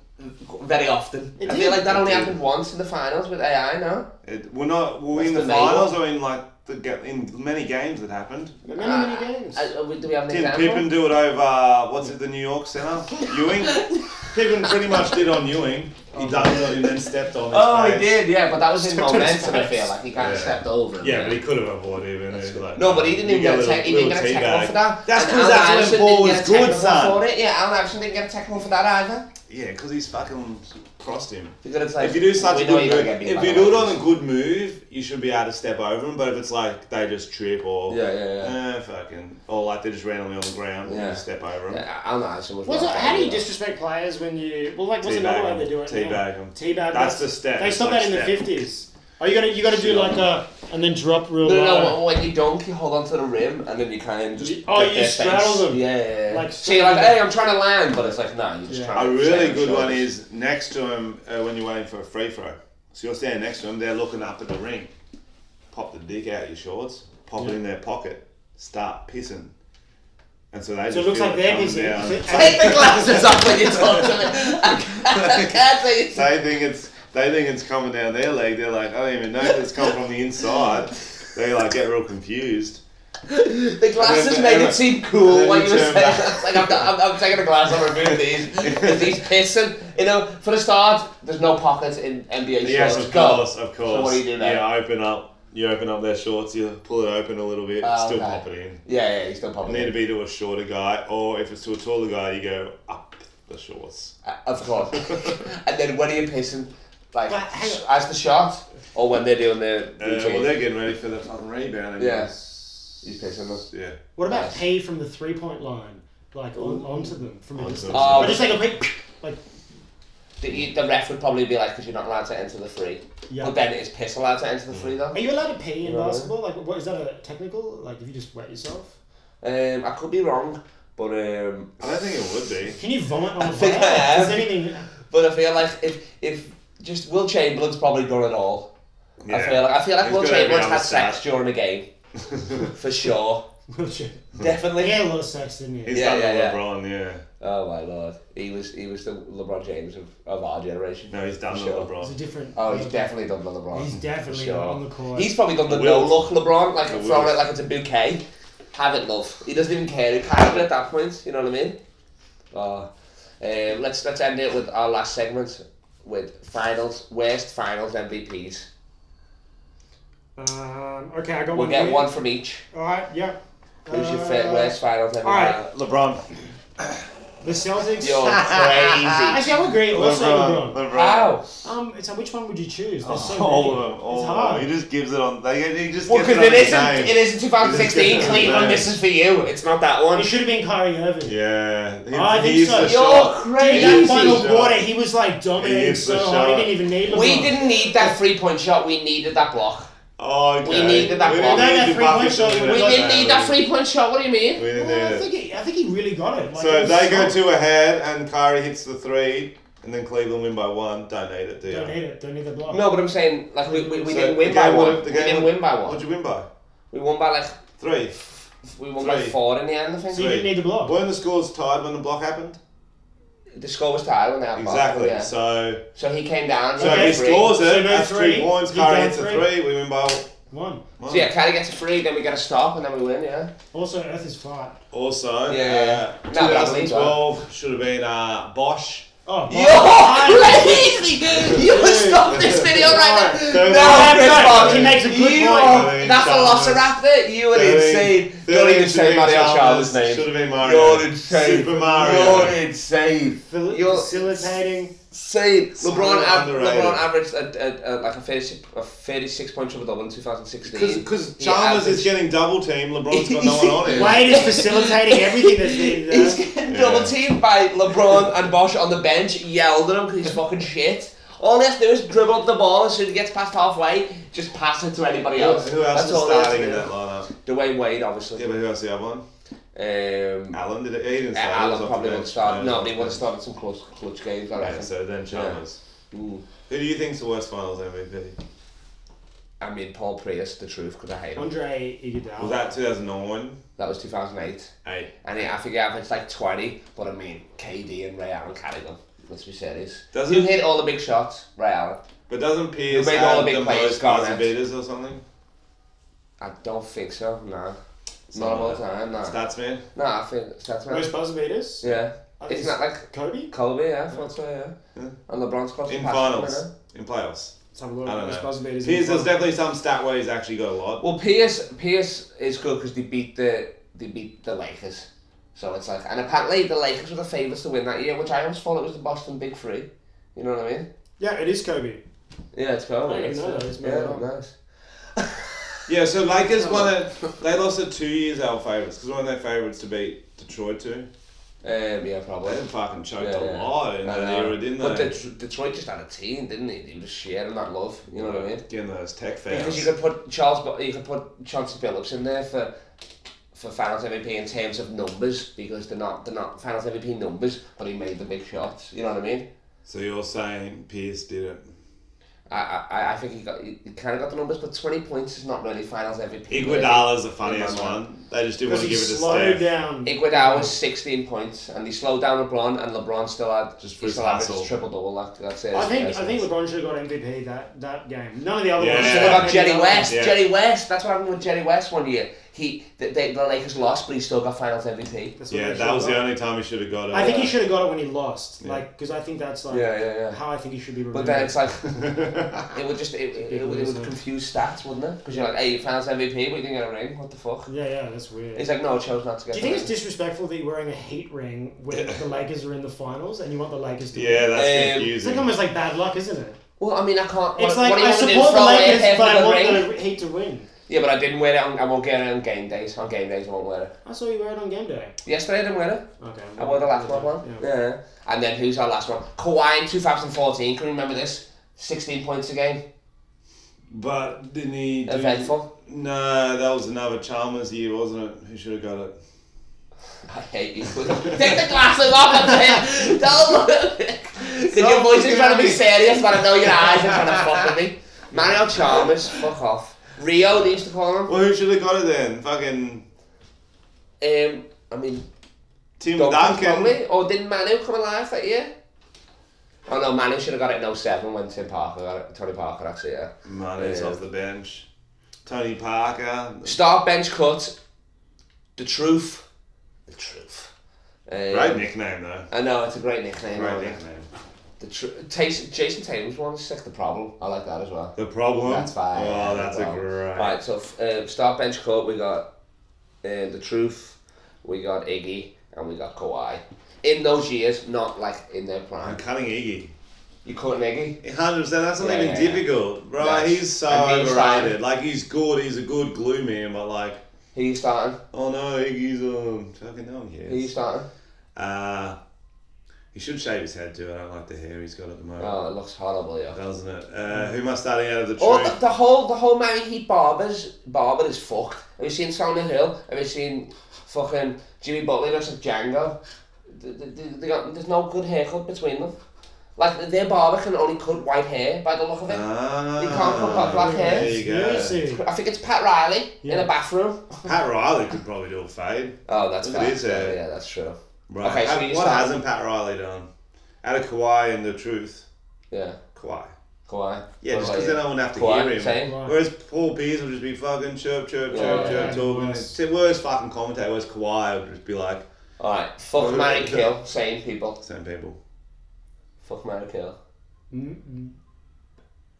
B: very often.
A: It
B: I
A: did.
B: feel like that only
C: It did.
B: happened once in the finals with AI. No,
C: It, we're not. Were we
B: That's
C: in the,
B: the main
C: finals or in like the ga- in many games that happened?
A: But many, many games.
B: Uh, uh, do we have an
C: Did
B: example?
C: Pippen do it over? What's it? The New York Center? Ewing. Pippen pretty much did on Ewing. He dunked on him, then stepped on. His
B: oh, he
C: face.
B: did. Yeah, but that was in
A: Stepped on his
B: momentum. I feel
A: face.
B: like he kind of
C: Yeah.
B: stepped over. him,
C: Yeah, but he could have avoided it. And like,
B: No, but he didn't
C: you
B: even
C: get
B: get a
C: little-
B: tech. He didn't
C: little
B: get a
C: teabag.
B: technical for that.
C: That's
B: And Allen
C: 'cause that's when
B: Iverson
C: ball
B: didn't
C: was
B: get a
C: good,
B: technical
C: son.
B: For it. Yeah, Alan Iverson didn't get a technical for that either.
C: Yeah, because he's fucking crossed him.
B: Because it's like,
C: If you do such
B: we
C: a
B: know
C: good
B: you're gonna
C: move,
B: get beat
C: if
B: by
C: you
B: the
C: do it
B: Lakers.
C: on a good move, you should be able to step over him. But if it's like they just trip or
B: Yeah, yeah, yeah.
C: eh, fucking, or like they just randomly on the ground,
B: Yeah.
C: you step over him.
B: Yeah, Allen Iverson was.
A: What's
B: right
A: it, how do you
B: there.
A: disrespect players when you? Well, like, what's another
C: Teabag
A: way they do
C: him.
A: it?
C: Teabag him.
A: Teabag.
C: That's the step.
A: They
C: It's
A: stopped
C: like
A: that in
C: step.
A: the fifties. Oh, you gotta you gotta do
C: Shit.
A: like a and then drop real
B: No,
A: low.
B: no, no, when you dunk, you hold onto the rim and then you kind of just.
A: Oh,
B: get
A: you
B: their
A: straddle
B: face.
A: them.
B: Yeah, yeah, yeah.
A: Like,
B: so you're like, hey, I'm trying to land, but it's like, nah, you just
A: Yeah.
B: trying
C: A
B: to.
C: really
B: stand
C: good
B: shoulders.
C: one is next to him uh, when you're waiting for a free throw. So you're standing next to him, they're looking up at the ring. Pop the dick out your shorts, pop it in their pocket, start pissing. And so they
A: So it
C: just
A: looks
C: feel
A: like they're
C: coming
A: busy.
C: down.
B: Take the glasses off when you talk to me. I can't- I can't say it's.
C: They think it's they think it's coming down their leg. They're like, I don't even know if it's coming from the inside. They like get real confused.
B: The glasses
C: And then-
B: made
C: and
B: it
C: then-
B: seem
C: and
B: cool
C: then
B: when
C: you
B: you were saying
C: turn back.
B: that. It's Like, I'm, I'm, I'm taking a glass, I'm removing these. Because he's pissing. You know, for the start, there's no pockets in NBA
C: yes,
B: shorts.
C: of
B: Go.
C: course, of course.
B: So what do you do then?
C: Yeah, open up. You open up their shorts. You pull it open a little bit.
B: Oh,
C: still
B: okay.
C: pop it in.
B: Yeah, yeah, he's still popping.
C: Need to
B: in.
C: be to a shorter guy, or if it's to a taller guy, you go up the shorts.
B: Uh, Of course. and then when are you pissing? Like,
A: But hang on.
B: as the shot? Or when they're doing their
C: Uh,
B: routine?
C: well, they're getting ready for the fucking rebound. and
B: Yeah.
C: it's-
B: He's pissing us.
C: Yeah.
A: What about
B: Nice.
A: pee from the three point line? Like on, onto them from a
C: Onto
A: distance.
C: them.
B: Oh,
A: I just take a quick like
B: The, you- the ref would probably be like, because you're not allowed to enter the free.
A: yeah.
B: But then it is piss allowed to enter the free, though.
A: Are you allowed to pee in
B: Yeah.
A: basketball? Like, what is that a technical? Like, if you just wet yourself, Mm.
B: Um, I could be wrong, but um,
C: I don't think it would be.
A: can you vomit on
B: I
A: a
B: think
A: player?
B: I have.
A: Is anything?
B: but I feel like if if just Will Chamberlain's probably done it all. I
C: Yeah.
B: feel like I feel like
C: He's
B: Will
C: got every
B: Chamberlain's
C: other
B: had sex
C: stat.
B: during a game. for sure.
A: Wiltshire.
C: Hmm.
B: Definitely.
A: He had a lot of sex, didn't he?
C: He's
B: Yeah,
C: yeah,
B: yeah, yeah.
C: LeBron, yeah.
B: Oh my lord, he was he was the LeBron James of, of our generation.
C: No, he's done
B: For
C: the
B: sure.
A: It's a
C: LeBron.
A: different.
B: Oh, he's definitely done the LeBron.
A: He's
B: for
A: definitely on the court.
B: He's probably done the no
C: Will.
B: look LeBron, like
C: The
B: throw
C: Will.
B: it like it's a bouquet. Have it, love. He doesn't even care. He can't have it at that point. You know what I mean? Oh, um, let's let's end it with our last segment with finals worst finals MVPs.
A: Um, okay, I got
B: We'll
A: one.
B: get
A: here.
B: one from each.
A: All right. Yep.
B: Who's your
A: Uh,
B: fit worst finals MVP?
A: alright.
C: LeBron.
A: The Celtics.
B: You're crazy.
A: Actually, I would agree. Also, LeBron.
C: LeBron.
B: How?
A: Um, it's like, which one would you choose? There's so
C: all
A: many.
C: of them. All
A: it's
C: of them.
A: hard.
C: He just gives it on. Like, he just
B: Well,
C: gives
B: because
C: it on
B: it
C: his
B: isn't,
C: name.
B: it isn't 2016.
C: It's
B: Cleveland,
C: different.
B: this is for you. It's not that one.
A: It should have been Kyrie Irving.
C: Yeah. He,
A: I think
C: he is
A: so. You're
C: the shot.
A: Dude,
C: He
A: that
C: is
A: final
C: the shot.
A: quarter, he was like dominating
C: He is
A: so
C: the
A: hard. He
C: shot.
A: didn't even need LeBron.
B: We didn't need that three point shot. We needed that block.
C: Oh, okay.
B: We needed that block.
A: They had
C: the
A: three
C: bucket
A: points on
C: shot.
A: him.
B: We
A: Yeah,
B: didn't need that
C: We
B: three point shot. What do you mean?
C: didn't
A: Well, I
C: need it.
A: think he, I think he really got it. Like, it
C: So
A: was
C: they go
A: so-
C: two ahead, and Kyrie hits the three, and then Cleveland win by one. Don't need it, do you?
A: Don't need it. Don't need the block.
B: No, but I'm saying like we, we, we
C: So
B: didn't
C: the
B: win by
C: game
B: one.
C: would've- the
B: we
C: game
B: didn't
C: would've-
B: win by one.
C: What'd you win by?
B: We won by like
C: Three.
B: we won by
C: Three.
B: four in the end. I think
A: So you didn't need the block.
C: Weren't the scores tied when the block happened?
B: the score was tied when they had
C: Exactly.
B: Block, yeah. so,
C: So,
B: he came down.
C: so
B: he
A: Okay.
C: if
B: got
C: he
B: three.
C: scores it,
A: So no
C: that's
A: three.
C: three points.
A: You've
C: Kyrie
A: done
C: hits a
A: three.
C: three, we win by
A: One.
C: one.
B: So yeah, Carrie gets a free. Then we get a stop, and then we win. Yeah.
A: Also, Earth is flat.
C: Also,
B: Yeah.
C: uh,
B: No, but I believe
C: 2012 should have been uh, Bosch.
A: Oh,
B: You're
A: Bob-
B: crazy, dude. You stop this video right
C: Alright,
B: now.
C: so-
B: No, Chris
A: Alright,
B: Bob,
A: he makes a good
B: you
A: point.
B: Are, that's a
C: Chalmers.
B: velociraptor. You are
C: Thirteen-
B: insane. Don't
C: thirteen
B: even say
C: should have
B: Mario
C: been
B: Chalmers'
C: Chalmers,
B: name.
C: Should have been Mario. Super
B: You're
C: Mario.
B: insane.
A: Fili-
B: You're
A: facilitating.
B: insane.
C: So
B: LeBron, av-
C: underrated.
B: LeBron averaged a, a, a, like a 36, a 36 point triple double in 2016.
C: Because
B: He
C: Chalmers
B: averaged-
C: is getting double team. LeBron's got no one on him.
A: Wade is facilitating everything that's needed.
B: He's
A: there.
B: getting double teamed by LeBron and Bosch on the bench, yelled at him because he's fucking shit. All he has to do is dribble up the ball as soon as he gets past halfway, just pass it to anybody
C: Who
B: else.
C: else, who else
B: That's
C: is
B: all he has
C: starting
B: to
C: in
B: do.
C: that lineup?
B: Dwayne Wade,
C: Yeah,
B: obviously.
C: but who else the other one?
B: Um,
C: Allen did it. He didn't start. he was
B: Alan
C: off
B: probably
C: the
B: would have
C: bench.
B: started.
C: he was
B: No,
C: off
B: but he would have
C: the bench.
B: started some clutch, clutch games, I
C: Yeah,
B: reckon.
C: so then Chalmers.
B: Ooh.
C: Who do you think's the worst finals MVP?
B: I mean, Paul Prius, the truth, because I hate him.
A: Andre
C: Was
A: Iguodala.
C: that 2009?
B: That was 2008.
C: Eight.
B: And yeah, I forget if it's like 20, but I mean, KD and Ray Allen carried them. Let's be serious.
C: Does
B: Who
C: it-
B: hit all the big shots? Ray Allen.
C: But doesn't Pierce
B: made all
C: have
B: the big
C: the
B: plays,
C: most
B: Garnett.
C: buzzer beaters or something?
B: I don't think so, no. Not
C: Something
B: of all
C: like
B: time, no.
C: Stats man.
B: No, I think that's right.
A: Most buzzer beaters.
B: Yeah.
A: I think
B: Isn't that like
A: Kobe?
B: Colby, yeah, Francois, yeah?
C: Yeah.
B: And LeBron's cross
C: In
B: pass,
C: finals.
B: isn't it?
C: In playoffs.
A: Let's have a
C: I
A: look.
C: don't
A: Most buzzer
C: know.
A: beaters.
C: Pierce, there's definitely some stat where he's actually got a lot.
B: Well, Pierce, Pierce is good because they beat the they beat the Lakers. So it's like, and apparently the Lakers were the favourites to win that year, which I always thought it was the Boston Big Three. You know what I mean?
A: Yeah, it is Kobe.
B: Yeah, it's cool.
A: I didn't
B: It's,
A: know
B: uh,
A: that. It's made that
B: yeah,
A: up.
B: nice.
C: Yeah, so Lakers won it. They lost it two years our favourites because weren't they favourites to beat Detroit too?
B: Um, yeah,
C: They
B: probably.
C: didn't fucking choked
B: Yeah,
C: a
B: yeah.
C: lot in
B: I
C: that
B: know.
C: era, didn't
B: But
C: they?
B: Det- Detroit just had a team, didn't they? They were just sharing that love. You know what I mean?
C: Getting those tech
B: Because you
C: fans.
B: could put Charles, Bo- you could put Chauncey Billups in there for for finals MVP in terms of numbers because they're not they're not finals MVP numbers, but he made the big shots. You know what I mean?
C: So you're saying Pierce did it?
B: I I, I think he got he, kind of got the numbers, but twenty points is not really finals MVP.
C: Iguodala's the funniest
B: Yeah, man.
C: one. They just didn't want
A: Because
C: to
A: he
C: give it to
A: slowed
C: Steph.
A: down.
B: Iguodala was sixteen points, and he slowed down LeBron, and LeBron still had
C: Just for
B: he
C: his
B: still averaged
C: hustle.
B: triple double. That, that's it.
A: I think I think LeBron should have got MVP that, that game. None of the other
C: Yeah.
A: ones.
C: Should
B: What
C: have
B: about Jerry West?
C: Yeah.
B: Jerry West. That's what happened with Jerry West one year. He the, the, the Lakers lost, but he still got finals MVP.
A: That's what
C: Yeah,
A: they
C: that was
A: should've
C: the
A: got.
C: only time he should have got it.
A: I think he should have got it when he lost.
C: Yeah.
A: Like, because I think that's like
B: Yeah, yeah, yeah.
A: how I think he should be remembered.
B: But then it's like
C: should.
B: it would just it, it,
A: Big
B: it, would- it would
A: loser.
B: confuse stats, wouldn't it? Because you're like, hey, you finals MVP, but you didn't get a ring. What the fuck?
A: yeah, yeah, that's weird.
B: He's like, no, I chose not to get.
A: Do you
B: the
A: think it's
B: ring.
A: disrespectful that you're wearing a heat ring when the Lakers are in the finals and you want the Lakers to
C: yeah,
A: win?
B: Um,
C: that's
A: It's
C: confusing.
A: like almost like bad luck, isn't it?
B: well, I mean, I can't.
A: It's
B: what,
A: like
B: what do you
A: I
B: want to do,
A: support the
B: throw away a
A: Lakers,
B: pair
A: but I
B: for the ring?
A: want the Heat to win.
B: Yeah, but I didn't wear it. On, I won't get it on game days. On game days, I won't wear it.
A: I saw you wear it on game day.
B: Yesterday, I didn't wear it.
A: Okay.
B: I wore the last one. one. Yeah. And then who's our last one? Kawhi in 2014. Can you remember this? 16 points a game.
C: But didn't he? do-
B: Eventful.
C: No, that was another Chalmers year, wasn't it? Who should have got it?
B: I hate you. Take the glasses off and say, don't look at me. 'Cause your
C: Stop
B: voice is
C: looking
B: trying to
C: at
B: be
C: me.
B: serious, but I know your eyes are trying to fuck with me. Mario Chalmers, fuck off. Rio, they used to call him.
C: Well, who should have got it then? Fucking
B: Um, I mean,
C: Tim
B: Duncan
C: Duncan.
B: probably. Or did Manu come alive that year? Oh no, Manu should have got it in 07 when Tim Parker got it. Tony Parker, actually, yeah.
C: Man, he's
B: Yeah.
C: off the bench. Tony Parker.
B: Start bench cut. The truth. The truth. Um,
C: Great nickname though.
B: I know, it's a great nickname.
C: Great
B: Right,
C: nickname.
B: The tr- Jason, Jason Tatum's one is sick, the problem. I like that as well.
C: The problem.
B: That's fine.
C: Oh, that's a
B: Well,
C: great.
B: Right, so f- um, start bench cut. We got uh, the truth. We got Iggy, and we got Kawhi. In those years, not like in their
C: I'm
B: prime.
C: cutting Iggy.
B: You cutting Iggy?
C: Hundred percent. That's not
B: Yeah,
C: even
B: yeah, yeah.
C: difficult, bro.
B: That's-
C: he's so
B: and he's
C: overrated.
B: fine.
C: Like he's good. He's a good glue man, but like,
B: Who you starting?
C: oh no, Iggy's um fucking no one cares.
B: Who you starting?
C: Uh, he should shave his head too. I don't like the hair he's got at the moment,
B: Oh, it looks horrible, yeah.
C: doesn't it? Uh, who am I starting out of the truth?
B: Oh, the, the whole the whole Miami Heat barbers barber is fucked. Have you seen Sound Hill? Have you seen fucking Jimmy Butler looks like Django? They, they, they got, there's no good haircut between them. Like their barber can only cut white hair by the look of it.
C: ah,
B: He can't cut back black hair.
C: There you go.
A: Conspiracy.
B: I think it's Pat Riley in
A: Yeah.
B: a bathroom.
C: Pat Riley could probably do a fade.
B: Oh, that's
C: Look at
B: fair.
C: his hair.
B: Yeah, that's true.
C: Right.
B: Okay, so
C: Pat-
B: you
C: what
B: start-
C: hasn't Pat Riley done? Out of Kawhi and the truth,
B: Yeah,
C: Kawhi.
B: Kawhi.
C: Yeah, just
B: Kawhi,
C: because then I wouldn't have to
B: Oh, Kawhi,
C: hear him.
B: same.
A: Right.
C: Whereas Paul Pierce would just be fucking chirp, chirp,
B: Yeah,
C: chirp,
B: yeah,
C: chirp,
A: yeah.
C: talking.
A: Worse.
C: It's worst fucking commentator. Whereas Kawhi would just be like,
B: All right, fuck
C: Well,
B: Mary
C: the-
B: Kill, same people.
C: same people.
B: Fuck Mary Kill.
A: Mm, mm.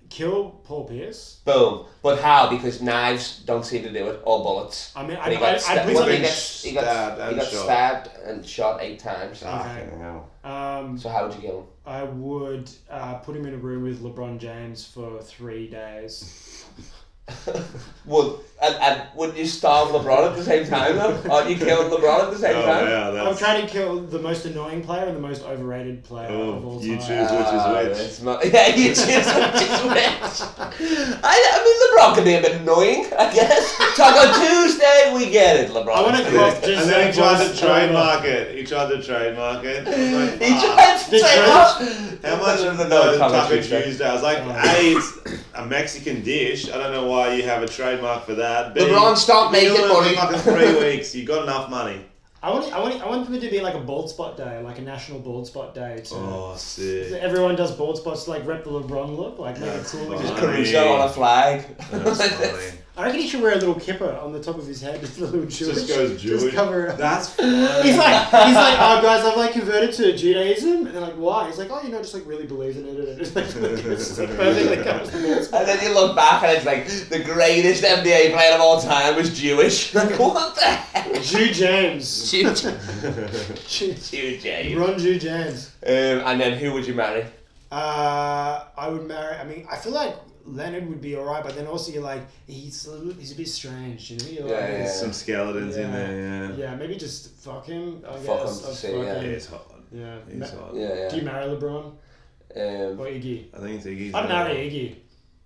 A: Kill Paul Pierce.
B: Boom. But how? Because knives don't seem to do it, or bullets.
A: I mean,
B: And
A: I,
B: he got,
A: I,
B: sta-
A: I,
B: well, he
A: I
C: been
B: got, he got,
C: stabbed
B: he
C: and
B: got
C: shot. Ah.
B: stabbed and shot eight times.
C: Fucking hell.
A: um,
B: So how would you kill him?
A: I would uh, put him in a room with LeBron James for three days.
B: Would and, and would you starve LeBron at the same time though? Or you killed LeBron at the same
C: Oh,
B: time?
C: yeah, that's.
A: I'm trying to kill the most annoying player and the most overrated player of
C: oh,
A: all
C: you
A: time.
C: choose which
B: Ah,
C: is which.
B: it's not- yeah, you choose which is which. I, I mean, LeBron can be a bit annoying, I guess. Taco Tuesday, we get it, LeBron.
A: I want to cross just
C: and then he tried to
A: Zach Wilson over.
C: trademark it. He tried to trademark it. I was like,
B: He
C: "Ah."
B: tried to
A: The
B: say,
A: truth-
B: oh,
C: How much
B: no,
C: of
B: no,
C: the
B: no, Taco
C: Taco
B: Tuesday.
C: Tuesday? I was like, A, it's a Mexican dish. I don't know why you have a trademark for that. B,
B: LeBron, stop
C: you've been
B: making
C: doing it
B: money.
C: for fucking three weeks. You got enough money.
A: I want, it- I want, it- I want them to be like a bald spot day, like a national bald spot day. To,
C: Oh, sick.
A: so everyone does bald spots, like rep the LeBron look, like make it cool.
C: That's fine.
B: Caruso on a flag.
C: That's funny.
A: I reckon he should wear a little kipper on the top of his head, just a little Jewish.
C: Just goes Jewish.
A: Just cover it up.
C: That's funny.
A: He's like, he's like, oh guys, I've like converted to Judaism, and they're like, why? He's like, oh, you know, just like really believes in it, and it's like, it's just, like perfectly covers the bald spot.
B: And then you look back and it's like the greatest NBA player of all time was Jewish. Like what the hell?
A: Jew James.
B: Jew,
A: Jew-
B: Jew James.
A: Ron Jew James.
B: Um, and then who would you marry?
A: Uh, I would marry. I mean, I feel like Leonard would be alright, but then also you're like, he's a little, he's a bit strange, you know? You're like,
B: Yeah,
C: There's some skeletons in there, yeah.
A: yeah, maybe just fuck him. I
B: Fuck
A: guess.
B: him,
A: Or
B: see,
A: fuck
B: yeah.
A: him.
C: It's hot.
A: Yeah.
C: It's
A: Ma-
C: hot.
B: Yeah,
A: Do you marry LeBron
B: yeah.
A: or
B: Um,
A: Iggy?
C: I think it's Iggy's.
A: I'd
C: there.
A: marry Iggy.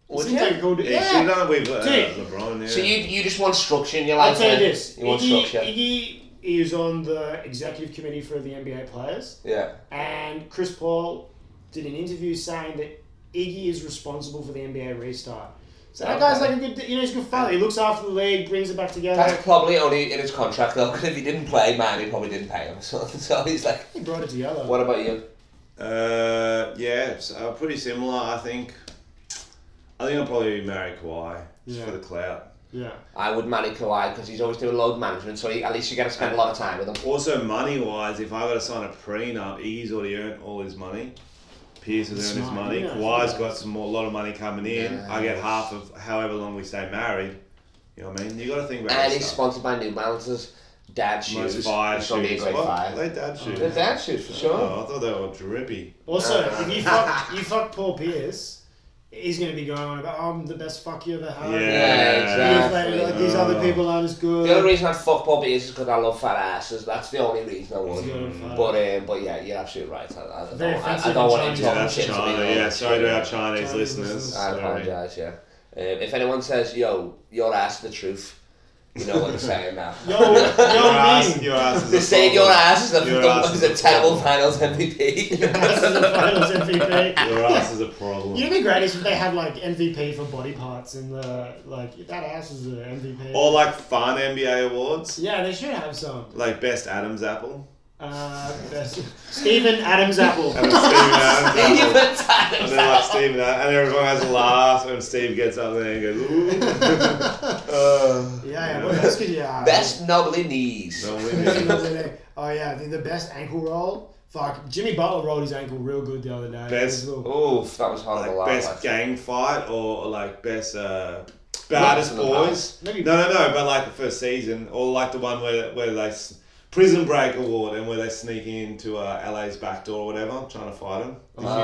B: would
A: Seems like a
B: you?
A: cool dude.
C: Yeah,
A: Yeah.
C: she done it with uh,
A: Dude.
C: LeBron, yeah.
B: So you you just want structure in your
A: I'll
B: life?
A: tell you
B: yeah?
A: this.
B: You want
A: Iggy,
B: structure?
A: Iggy is on the executive committee for the NBA players,
B: Yeah.
A: and Chris Paul did an interview saying that Iggy is responsible for the NBA restart. So that guy's
B: Okay.
A: like a good, you know, he's a good fella. He looks after the league, brings it back together.
B: That's probably only in his contract though, because if he didn't play, Miami probably didn't pay him. So, so he's like,
A: he brought it together.
B: what about you?
C: Uh, yeah, it's, uh, pretty similar, I think. I think I'll probably marry Kawhi just
A: Yeah.
C: for the clout.
A: Yeah.
B: I would marry Kawhi because he's always doing load management, so he, at least you get to spend a lot of time with him.
C: Also, money wise, if I got to sign a prenup, Iggy's already earned all his money. Pierce has earned his
A: Smart,
C: money.
A: yeah.
C: Kawhi's got some more, lot of money coming in.
B: Yeah.
C: I get half of however long we stay married. You know what I mean? You got to think about
B: And
C: this
B: he's
C: stuff.
B: sponsored by New Balances, dad shoes.
C: Most fire
B: It's gonna be a
C: shoes.
B: great
C: What?
B: fire.
C: They dad
A: Oh,
C: shoes.
B: The dad shoes for sure.
C: Oh, I thought they were drippy.
A: Also, if you fuck, you fuck Paul Pierce, he's going to be going on about, oh, I'm the best fuck you ever had.
C: Yeah,
B: Yeah,
A: Years later, like, these
C: Oh.
A: other people aren't as good.
B: The only reason I fuck Bobby is because I love fat asses. That's the only reason I
A: He's
B: would.
A: got a fella.
B: But um, but yeah, you're absolutely right. I, I, don't,
A: Very
B: I, I
A: offensive
B: don't
A: in
B: want
A: Chinese.
B: him
C: Yeah,
B: talking
C: that's
B: shit to me.
C: China.
B: though.
C: Yeah, sorry to our Chinese,
A: Chinese
C: listeners.
A: listeners.
B: I
C: Sorry.
B: apologise. Yeah. Um, if anyone says yo, your ass the truth, You know what they're saying now.
A: Yo, yo,
C: ass,
A: mean.
C: your ass is
B: They
C: a
B: say your
C: problem.
B: ass is a,
C: Your
B: the,
C: ass
B: is
C: is
B: a
C: a
B: terrible
C: problem.
B: finals MVP.
A: This is the finals MVP.
C: Your ass is a problem.
A: You'd be great is if they had like MVP for body parts in the like that ass is the MVP.
C: Or like fun NBA awards,
A: yeah, they should have some.
C: like best Adam's apple.
A: Uh, there's- Stephen Adams apple.
C: And then Steven Adams
B: Even
C: apple.
B: Tyler
C: And then like
B: Sauer.
C: Steven, Ad- and everyone has a laugh, and Steve gets up there and goes, ooh. uh,
A: Yeah, yeah.
C: you
A: What
C: know.
A: else could you have?
B: Best knobbly knees.
C: No
A: That's
C: winning.
A: another thing. oh yeah, the, the best ankle roll. Fuck, Jimmy Butler rolled his ankle real good the other day.
C: Best-
A: It was little-
B: Oof, that was horrible.
C: like
B: laugh,
C: best
B: like.
C: gang fight or like best uh, baddest
B: Not-
C: boys.
A: Maybe
C: No, no, no. But like the first season, or like the one where where they s- Prison Break award and where they sneak into uh, LA's back door or whatever, trying to fight him. The
B: Ah,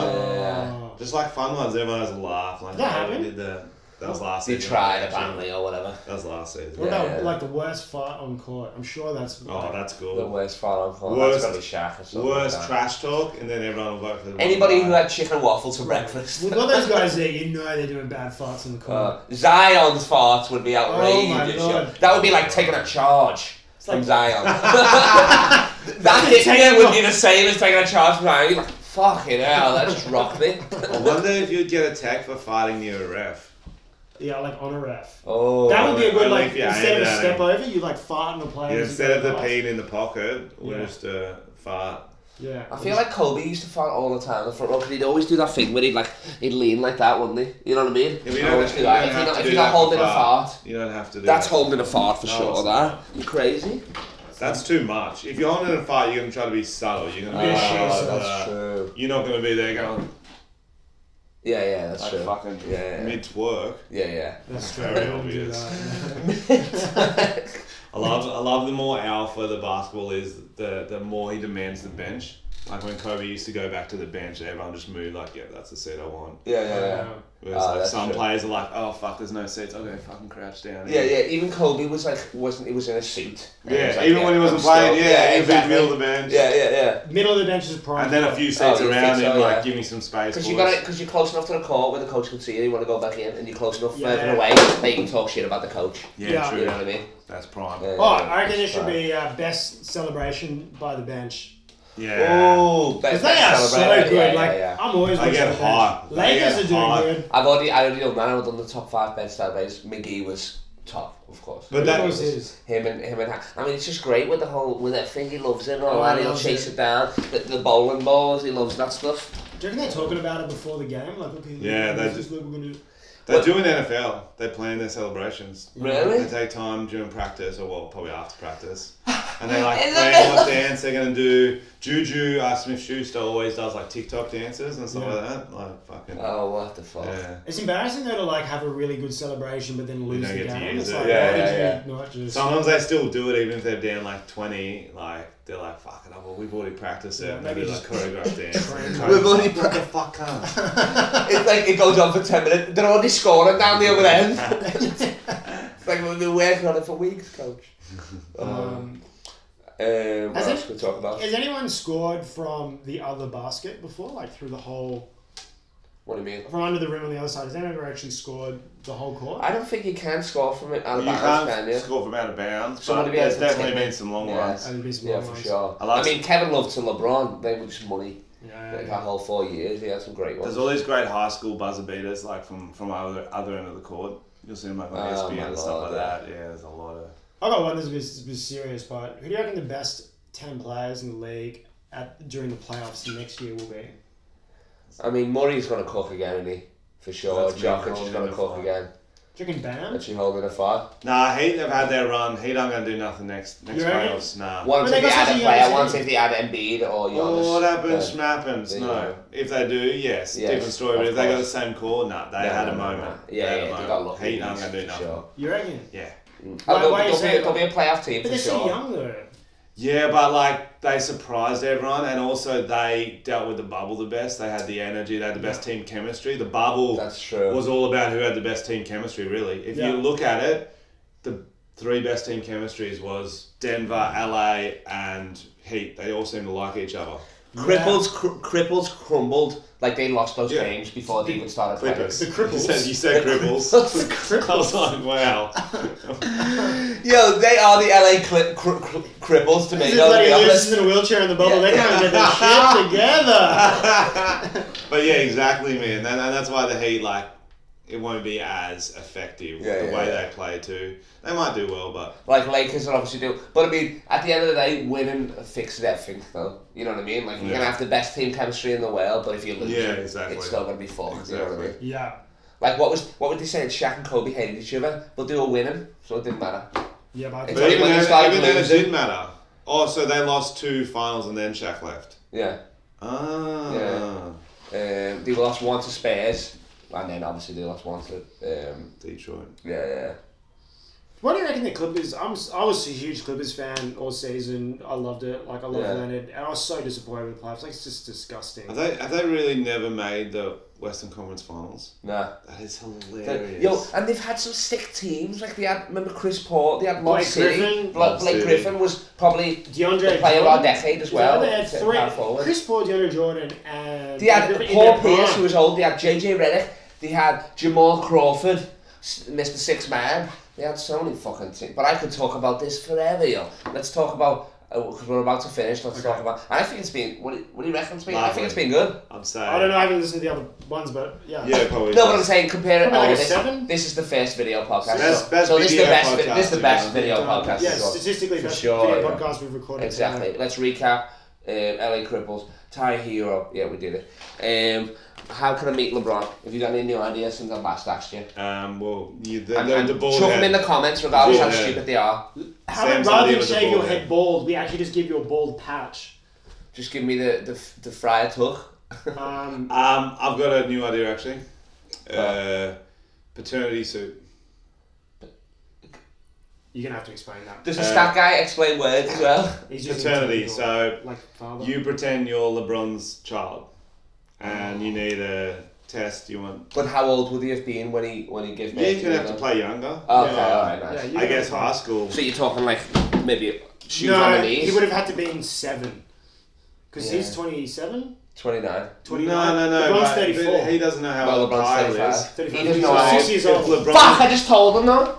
C: Houston one.
B: yeah.
C: Just like fun ones, everyone has a laugh. Like
A: That
C: oh, we
A: happened?
C: did that. That was last
B: They
C: season.
B: tried
C: actually.
B: apparently or whatever.
C: That was last season.
A: What
B: Yeah.
A: about like the worst fight on court? I'm sure that's.
C: Oh, that's
B: The
C: cool.
B: worst final call.
C: Worst-
B: That's gotta be Shaq or something.
C: Worst
B: like that.
C: trash talk, and then everyone will vote for the
B: Anybody
C: wrong
B: who
C: guy.
B: had chicken and waffles for breakfast.
A: We've got those guys there. You know they're doing bad fights on the court.
B: Uh, Zion's farts would
C: Oh
B: be outrageous.
A: God.
B: That would be like taking a charge from
A: like-
B: Zion. that hit me would be the same as taking a charge from Zion. You're like, fucking hell, that just rocked me.
C: I wonder if you'd get attacked for fighting near a ref.
A: yeah, like on a ref.
B: oh.
A: That would be a good
C: Only
A: like.
C: if you
A: Instead of
C: aimed at
A: step
C: him.
A: over, you like fart on the player.
C: Yeah,
A: as you
C: instead of
A: go
C: the
A: past.
C: peeing in the pocket, we
A: Yeah.
C: just uh, fart.
A: Yeah.
B: I feel like Kobe used to fart all the time in the front row because he'd always do that thing where he'd like he'd lean like that, wouldn't he? You know what I mean?
C: Yeah, we
B: He'd
C: don't-
B: always do
C: we
B: that.
C: don't
B: If
C: have
B: you're
C: to
B: not, if
C: do
B: you're not
C: that for
B: holding a
C: fart.
B: fart,
C: You don't have to do
B: that's
C: that.
B: holding a fart for
C: No,
B: sure.
C: it's
B: That you crazy?
C: That's too much. If you're holding a fart, you're gonna try to be subtle. You're gonna be
A: Ah,
C: shy like
A: that's
C: that.
B: true.
C: You're not gonna be there going
B: Yeah, yeah, that's
C: like
B: true.
C: fucking
B: Yeah, yeah,
C: mid twerk.
B: yeah, yeah.
A: That's true.
C: Very
A: I wouldn't do
C: obvious.
A: that, yeah.
C: I love I love the more alpha the basketball is, the the more he demands the bench. Like when Kobe used to go back to the bench, everyone just moved like, yeah, that's the set I want.
B: Yeah, yeah, yeah.
A: Um,
C: Whereas
B: Ah,
C: like
B: that's
C: some
B: true.
C: players are like, oh fuck, there's no seats. I'll go fucking crouch down.
B: Yeah, yeah. Even Kobe was like, wasn't he was in a suit. And he
C: Yeah,
B: was like,
C: even when he
B: I'm
C: wasn't playing,
B: still-
C: yeah, he'd be
B: exactly.
C: middle of the bench.
B: Yeah, yeah, yeah.
A: Middle of the bench is prime.
C: And then a few seats
B: Oh, yeah,
C: around
B: seats,
C: him,
B: oh,
C: like,
B: yeah.
C: give me some space.
B: Because you
C: boys."
B: got because you're close enough to the court where the coach can see you. You want to go back in, and you're close enough
A: Yeah.
B: further away that you can talk shit about the coach.
C: Yeah,
A: Yeah.
C: true.
B: You know what I mean?
C: That's prime.
B: Yeah,
C: Yeah.
A: Oh,
B: yeah,
A: I reckon it
B: that's
A: should
B: fine.
A: be uh, best celebration by the bench.
B: Oh,
A: Because they are so good. like, I'm always
C: They
A: watching
C: get
A: the bench.
C: hot. They
A: Lakers
C: get
A: are doing
C: hot.
A: good.
B: I've already, I already done that. I've done the top five best celebrations. McGee was top, of course.
C: But that-
A: Of course it is.
B: Him and him and Ha- I mean, it's just great with the whole with that thing. He loves it and all
A: Oh,
B: that.
A: he
B: He'll
A: loves
B: chase
A: it.
B: it, down. The, the bowling balls. He loves that stuff.
A: Do you reckon they're talking about it before the game? Like, okay,
C: Yeah, they
A: this
C: just-
A: is what we're gonna do.
C: They
B: What-
C: do in NFL. They plan their celebrations. They
B: Really?
C: take time during practice, or well, probably after practice, and they like
B: In the
C: plan what
B: middle.
C: dance they're gonna do. Juju uh, Smith Schuster always does like TikTok dances and stuff
A: Yeah.
C: like that. Like fucking
B: Oh, what the fuck?
C: yeah.
A: It's embarrassing though to like have a really good celebration but then lose
C: don't
A: the
C: get to
A: game.
C: use
A: It's
C: it.
A: like,
B: Yeah,
A: why
B: yeah,
A: did
B: yeah.
A: you not just?
C: Sometimes they still do it even if they're down like twenty. Like they're like fucking up. Well, we've already practiced it.
A: Yeah,
C: and they
A: maybe
C: do like
A: just-
C: choreographed dance.
A: We've
C: Coach is
B: already
C: like, what the fuck, cunt?
B: It's like it goes on for ten minutes. They're already scoring down the other end. it's like we've been working on it for weeks, coach. Um,
A: Um,
B: um, what
A: Has
B: else
A: it-
B: can we talk about?
A: has anyone scored from the other basket before, like through the whole
B: What do you mean?
A: from under the rim on the other side? Has anyone ever actually scored the whole court?
B: I don't think you can score from it out
C: You
B: of bounds,
C: can't
B: can you?
C: score from out of bounds.
B: Someone
C: But
B: to be able
C: there's
B: to
C: definitely
B: take it.
C: been some long
B: Yeah.
C: ones.
A: I'd be some
B: Yeah,
A: long
B: for
A: ones.
B: sure.
C: I like-
B: I mean, Kevin Love to LeBron, they were just money.
A: Yeah,
B: Like that whole four years, he had some great ones.
C: There's all these great high school buzzer beaters, like from from other other end of the court. You'll see them like on E
B: Oh,
C: ESPN
B: my
C: and
B: lord,
C: stuff like
B: yeah.
C: that. Yeah, there's a lot of.
A: I got one that's a bit, a bit serious, but who do you reckon the best ten players in the league at during the playoffs next year will be?
B: I mean, Murray's going to cook again, isn't he? For sure.
C: That's me
B: Jokic is
C: holding
B: going to
C: the
B: cook
C: fire.
B: again.
A: Do you reckon Bam?
B: Actually holding a fire.
C: Nah, Heat have had their run. Heat aren't gonna do nothing next next
A: You reckon?
C: playoffs. Nah.
B: Once
A: they
B: if they
A: got such
B: add a
A: a young
B: player,
A: team.
B: once if they add Embiid or Giannis.
C: What
B: then-
C: happens? Schmappins.
B: There you
C: No.
B: go.
C: If they do, yes,
B: Yes,
C: different story. But
B: of
C: if they got the
B: course.
C: same core, nah, they
B: No,
C: had a
B: no, no, no.
C: moment.
B: Yeah,
C: they had
B: yeah,
C: a
B: they
C: moment.
B: got lucky.
C: Heat aren't gonna do
B: for
C: nothing.
B: sure.
A: You reckon?
C: Yeah.
A: Why-
B: Oh, there'll,
A: why you
B: there'll
A: say
B: be, a-
A: that?
B: there'll be a playoff
A: But
B: team for
A: they're
B: sure.
A: so young though.
C: Yeah, but like they surprised everyone, and also they dealt with the bubble the best. They had the energy. They had the best team chemistry. The bubble.
B: That's true.
C: was all about who had the best team chemistry, really. If
A: Yeah.
C: you look at it, the three best team chemistries was Denver, LA, and Heat. They all seemed to like each other.
B: Cripples, cr- cripples crumbled like they lost those
C: Yeah.
B: games before they even started playing.
C: Clippers.
A: The Cripples.
C: You said, you said Cripples.
B: The
C: I was like, wow.
B: Yo, they are the LA cli- cr- cr- cripples to me.
A: This
B: Yo, to
A: buddy
B: be
A: loses
B: honest.
A: in a wheelchair in the bubble. They
B: Yeah.
A: can't get their shit together.
C: but yeah, exactly, man. That, and that's why the Heat, like, it won't be as effective
B: Yeah,
C: the
B: yeah,
C: way
B: yeah.
C: they play, too. They might do well, but
B: Like Lakers are obviously do, but I mean, at the end of the day, winning fixes everything, though. You know what I mean? Like you're
C: Yeah.
B: gonna have the best team chemistry in the world, but if you lose,
C: Yeah, exactly.
B: it's still gonna be fun. You know what I mean?
C: Exactly.
A: Yeah,
B: Like what was what would they saying? Shaq and Kobe hated each other, but they were winning, so it didn't matter.
A: yeah, but I
B: It's
A: think
C: But even
B: when they
C: though,
B: started
C: even though it
B: losing-
C: did matter. Oh, so they lost two finals and then Shaq left.
B: Yeah.
C: Ah.
B: Yeah. Um, they lost one to Spurs, and then obviously they lost one to um,
C: Detroit.
B: yeah, yeah.
A: What do you reckon the Clippers? I'm s- I was a huge Clippers fan all season. I loved it. Like I love
B: Yeah.
A: Leonard, and I was so disappointed with the playoffs. Like it's just disgusting.
C: Have they, have they really never made the Western Conference Finals?
B: Nah.
C: That is
B: They-
C: hilarious.
B: Yo, and they've had some sick teams. Like they had, remember Chris Paul? They had Lob
A: Blake
B: City.
A: Griffin.
B: Bla-
C: Lob
B: Blake
C: City.
B: Griffin was probably
A: DeAndre
B: the player of
A: Jordan.
B: our decade as
A: Is that
B: well.
A: what They had
B: to
A: three.
B: power forward.
A: Chris Paul, DeAndre Jordan, and
B: They had
A: in
B: Paul
A: their
B: Pierce,
A: prime.
B: who was old. They had JJ Redick. They had Jamal Crawford, s- Mr. Six Man. They had so many fucking things. But I could talk about this forever, yo. Let's talk about because we're about to finish. Let's talk about. I think it's been. What do, what do you reckon it's been? I think
C: Lovely.
B: it's been good.
C: I'm saying.
A: I don't know. I haven't listened to the other ones, but yeah.
C: Yeah, probably.
B: No, but I'm saying compare it.
A: Probably like
B: oh,
A: a
B: this,
A: seven?
B: this is the first video podcast.
C: Best-
B: so
C: best
B: so this is the
C: video
B: best. vi- this is
C: podcast
B: the best
C: we've done.
B: video podcast.
A: Yeah,
B: as well.
A: statistically,
B: Oh, for
A: that's
B: sure.
A: video
B: yeah.
A: podcast we've recorded.
B: Exactly. Let's recap. Um, LA Cripples, Ty Hero. Yeah, we did it. Um, how can I meet LeBron? Have you got any new ideas since I last asked you?
C: Um, well, you, the,
B: And,
C: the,
B: and
C: the ball
B: chuck them in the comments, regardless how
C: Bald head.
B: stupid they are.
A: How
C: Sam's
A: about rather
C: idea
A: than
C: was a
A: shave your
C: bald
A: head
C: head.
A: bald, we actually just give you a bald patch.
B: Just give me the the, the fryer tuck.
A: Um,
C: Um, I've got a new idea actually. Uh, paternity suit.
A: you're gonna have to explain that.
B: Does the
C: Uh,
B: stat guy explain words as well?
A: He's using
C: Paternity.
A: typical,
C: So
A: like father.
C: you pretend you're LeBron's child, and you need a test. You want.
B: But how old would he have been when he when he gave
C: Yeah,
B: birth?
C: you're gonna have to Uh,
B: him?
C: play younger.
B: Okay,
C: Yeah.
B: alright, nice.
A: yeah, you
C: I guess high school.
B: So you're talking like maybe shoes on
A: No,
B: the
A: he
B: knees.
A: would have had to be in seven. Because
B: Yeah.
A: he's 27,
B: Twenty nine.
A: 29.
C: No, no, no.
A: LeBron's
C: but
A: 34.
C: He doesn't know how
B: Well,
C: old
B: LeBron's
C: Kyle
B: 35.
C: is.
A: 35.
B: He doesn't
A: He's
B: know how
A: six
B: old-
A: years
C: if
A: old.
C: LeBron-
B: Fuck! I just told him though.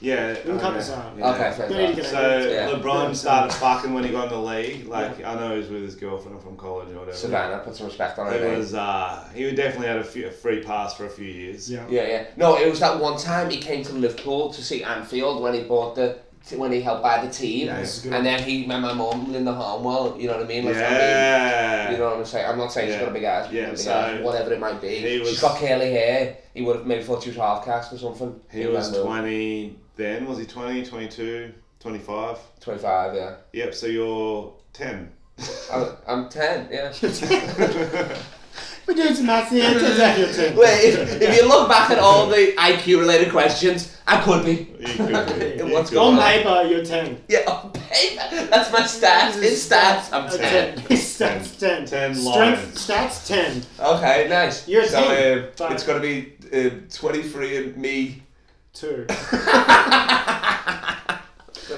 C: Yeah.
A: Didn't cut
C: okay,
A: this out.
C: yeah.
B: Okay,
A: Don't
B: fair
A: need to
B: enough.
A: get
C: So
A: angry.
B: Yeah.
C: LeBron
A: Yeah.
C: started fucking when he got in the league. Like I know he was with his girlfriend from college or whatever.
B: Savannah, put some respect on her
C: It
B: name.
C: was uh, he definitely had a, few, a free pass for a few years.
A: Yeah.
B: Yeah, yeah. No, it was that one time he came to Liverpool to see Anfield when he bought the when he helped buy the team,
A: Yeah, this is good.
B: and then he met my mum in the Harnwell. You know what I mean? Like, I
C: Yeah.
B: mean, you know what I'm saying? I'm not saying she's
C: Yeah.
B: got a big ass,
C: Yeah,
B: big
C: so
B: ass, whatever it might be.
C: he
B: she's
C: was-
B: got curly hair. He would have maybe thought she was half caste or something.
C: He was
B: Remember?
C: 20 then. Was he 20, 22, 25?
B: 25, yeah.
C: Yep, so you're 10.
B: I'm, I'm 10, yeah.
A: We're doing some maths here. Turns out you're 10.
B: Wait, if, if you look back at all the IQ related questions, I could be.
C: You could be.
B: What's
C: You could
A: On
B: going
C: be.
A: paper, you're 10.
B: Yeah, on paper. That's my stats. His stats. I'm 10.
A: Uh, His stats, 10.
C: 10
A: Strength,
C: lines.
A: stats, 10.
B: Okay, nice.
A: You're a
B: so,
A: team.
B: uh,
A: Fine.
B: it's got to be uh, 23 and me.
A: 2.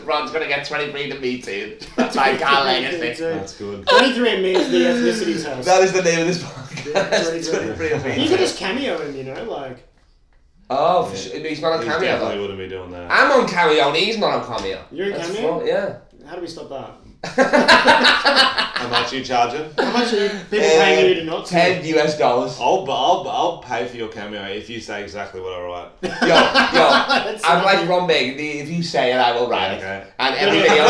B: Ron's going to get 23 to me too. That's my Carl Legacy.
C: That's good.
A: 23 and me is the ethnicity test.
B: That is the name of this
A: Yeah,
B: podcast.
A: 23.
B: 23 and
A: you
B: me
A: could
B: too.
A: just cameo him, you know, like.
B: Oh, for sure. he's not on
C: He
B: cameo
C: definitely
B: though.
C: wouldn't be doing that.
B: I'm on cameo and he's not on cameo.
A: You're on
B: That's
A: cameo?
B: full- Yeah.
A: How do we stop that?
C: How much you charging?
A: How much are you, people
B: Uh,
A: paying you to not? see?
B: 10 US dollars.
C: I'll, bu- I'll, bu- I'll pay for your cameo if you say exactly what I write.
B: Yo, yo,
A: That's
B: I'm
A: not-
B: like Ron Burgundy. If you say it, I will write it.
C: Okay.
B: And every video,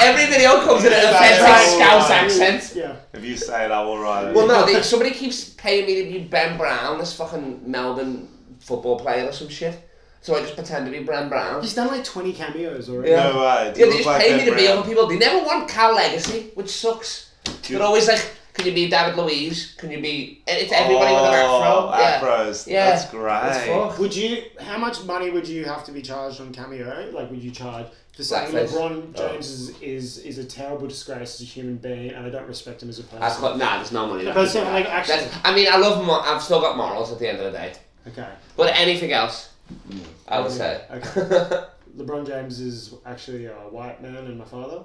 B: every video comes in an offensive
C: That's
B: Scouse
C: right.
B: accent.
A: Oh, Yeah.
C: If you say it, I will write it.
B: Well, no, they, somebody keeps paying me to be Ben Brown, this fucking Melbourne football player or some shit. So I just pretend to be Ben Brown.
A: He's done like 20 cameos already.
B: Yeah.
C: no way. Do
B: Yeah, they
C: you look
B: just
C: like
B: pay
C: Ben
B: me to be
C: Brown?
B: other people. They never want Cal Legacy, which sucks. They're always like, can you be David Louise? Can you be. and It's everybody with an
C: Oh,
B: afro. Yeah.
C: Afros.
B: Yeah.
C: That's great.
B: It's fucked.
A: Would you? How much money would you have to be charged on cameo? Like, would you charge for saying
B: Blackface. Oh.
A: LeBron James is, is is a terrible disgrace as a human being, and I don't respect him as a person?
B: That's what, nah, there's no money.
A: But so, like, actually-
B: That's, I mean, I love. them all. I've still got morals at the end of the day.
A: okay.
B: But anything else,
C: Mm.
B: I would say.
A: Okay. LeBron James is actually a white man and my father.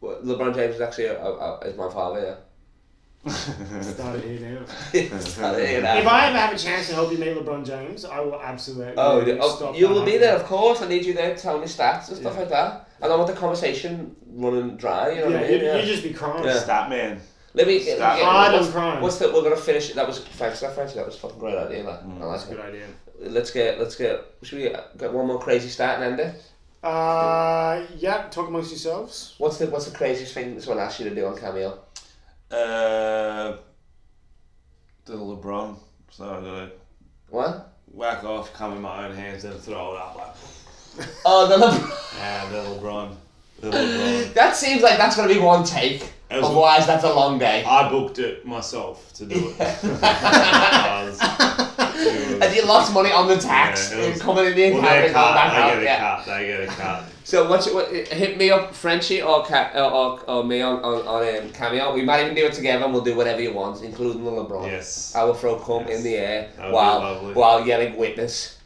B: Well, LeBron James uh, is actually a, a, a, is my father, yeah.
A: Start it here now.
B: Sorry, you know.
A: If I ever have a chance to help you meet LeBron James, I will absolutely.
B: Oh, you- oh
A: Um, stop
B: you
A: that
B: will be
A: happening.
B: there, of course. I need you there to tell me stats and stuff
C: Yeah.
B: like that. I don't want the conversation running dry, you know
A: Yeah,
B: what I
A: you'd,
B: mean? Yeah.
A: you'd just be crying.
B: Yeah.
C: Stat man.
B: Let me.
C: Stop.
B: yeah,
A: Hard
B: what's-
A: on crime.
B: What's that? We're gonna finish. That was thanks, that thanks. That was a fucking great idea. That. I like
A: That's a good idea.
B: it. Let's get. Let's get. Should we get one more crazy start and end it?
A: Uh, yeah, talk amongst yourselves.
B: What's the What's the craziest thing someone asked you to do on Cameo?
C: Uh, the LeBron. So I gotta
B: What?
C: whack off, come in my own hands, and throw it up like,
B: Oh, the LeBron.
C: ah, the LeBron. The LeBron.
B: That seems like that's gonna be one take.
C: That was-
B: Otherwise, that's a long day.
C: I booked it myself to do it. I was- it was-
B: And you lost money on the tax
C: Yeah, it
B: in
C: was-
B: coming in the
C: well,
B: account
C: they
B: and
C: cut,
B: going back out. yeah.
C: they get a cut, they get a cut.
B: So what's what? eh, Hit me up, Frenchie or Ca- or, or, or me on on, on um, Cameo. We might even do it together, and we'll do whatever you want, including the LeBron.
C: Yes.
B: I will throw cum
C: Yes.
B: in the air
C: That would be
B: while
C: lovely.
B: while yelling witness.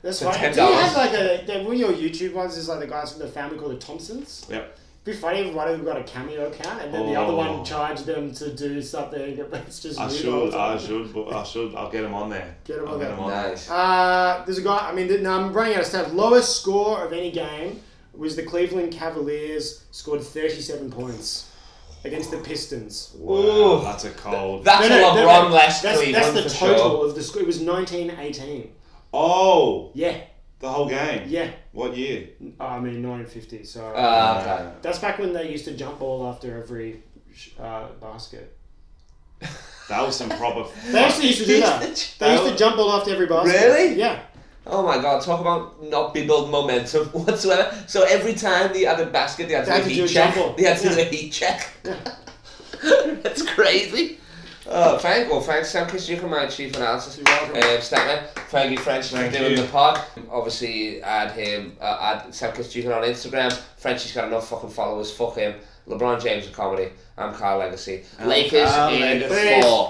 A: That's
B: For
A: fine.
B: $10.
A: Do you have like a the, one of your YouTube ones? Is like the guys from the family called the Thompsons.
C: Yep.
A: It'd be funny if one of them got a cameo account and then the other
C: Oh.
A: one charged them to do something. It's just
C: I
A: you the whole
C: should, I
A: time.
C: should, but I should. I'll get him on there.
A: Get 'em
C: I'll
A: on there.
C: him
B: Nice.
A: Uh, there's a guy. I mean, th- no, I'm running out of stuff. Lowest score of any game was the Cleveland Cavaliers scored 37 points against the Pistons.
C: Wow, that's a cold.
B: That's a LeBron less
A: that's,
B: Cleveland
A: that's the
B: for
A: total
B: sure.
A: of the score. It was 1918.
C: oh,
A: Yeah,
C: the whole game.
A: yeah.
C: What year?
A: Oh, I mean, 1950. So
B: Uh, okay.
A: that's back when they used to jump ball after every sh- uh, basket.
C: That was some proper.
A: They actually used to do that. They used to jump ball after every basket.
B: Really?
A: Yeah.
B: Oh my god! Talk about not be building momentum whatsoever. So every time they had a basket, they had to,
A: They
B: do a
A: had to
B: heat
A: do a jump
B: check.
A: ball.
B: They had to do a
A: Yeah.
B: heat check. That's crazy. Oh, thank well, thanks Sam Christian, my chief analysis.
A: You're welcome.
B: Um, Statler, thank you, French,
C: Thank
B: for doing
C: you.
B: the pod. Obviously, add him, uh, add Sam Christian on Instagram. Frenchy's got enough fucking followers. Fuck him. LeBron James of comedy. I'm Carl Legacy. Lakers
C: Carl
B: in
C: Legacy.
B: four.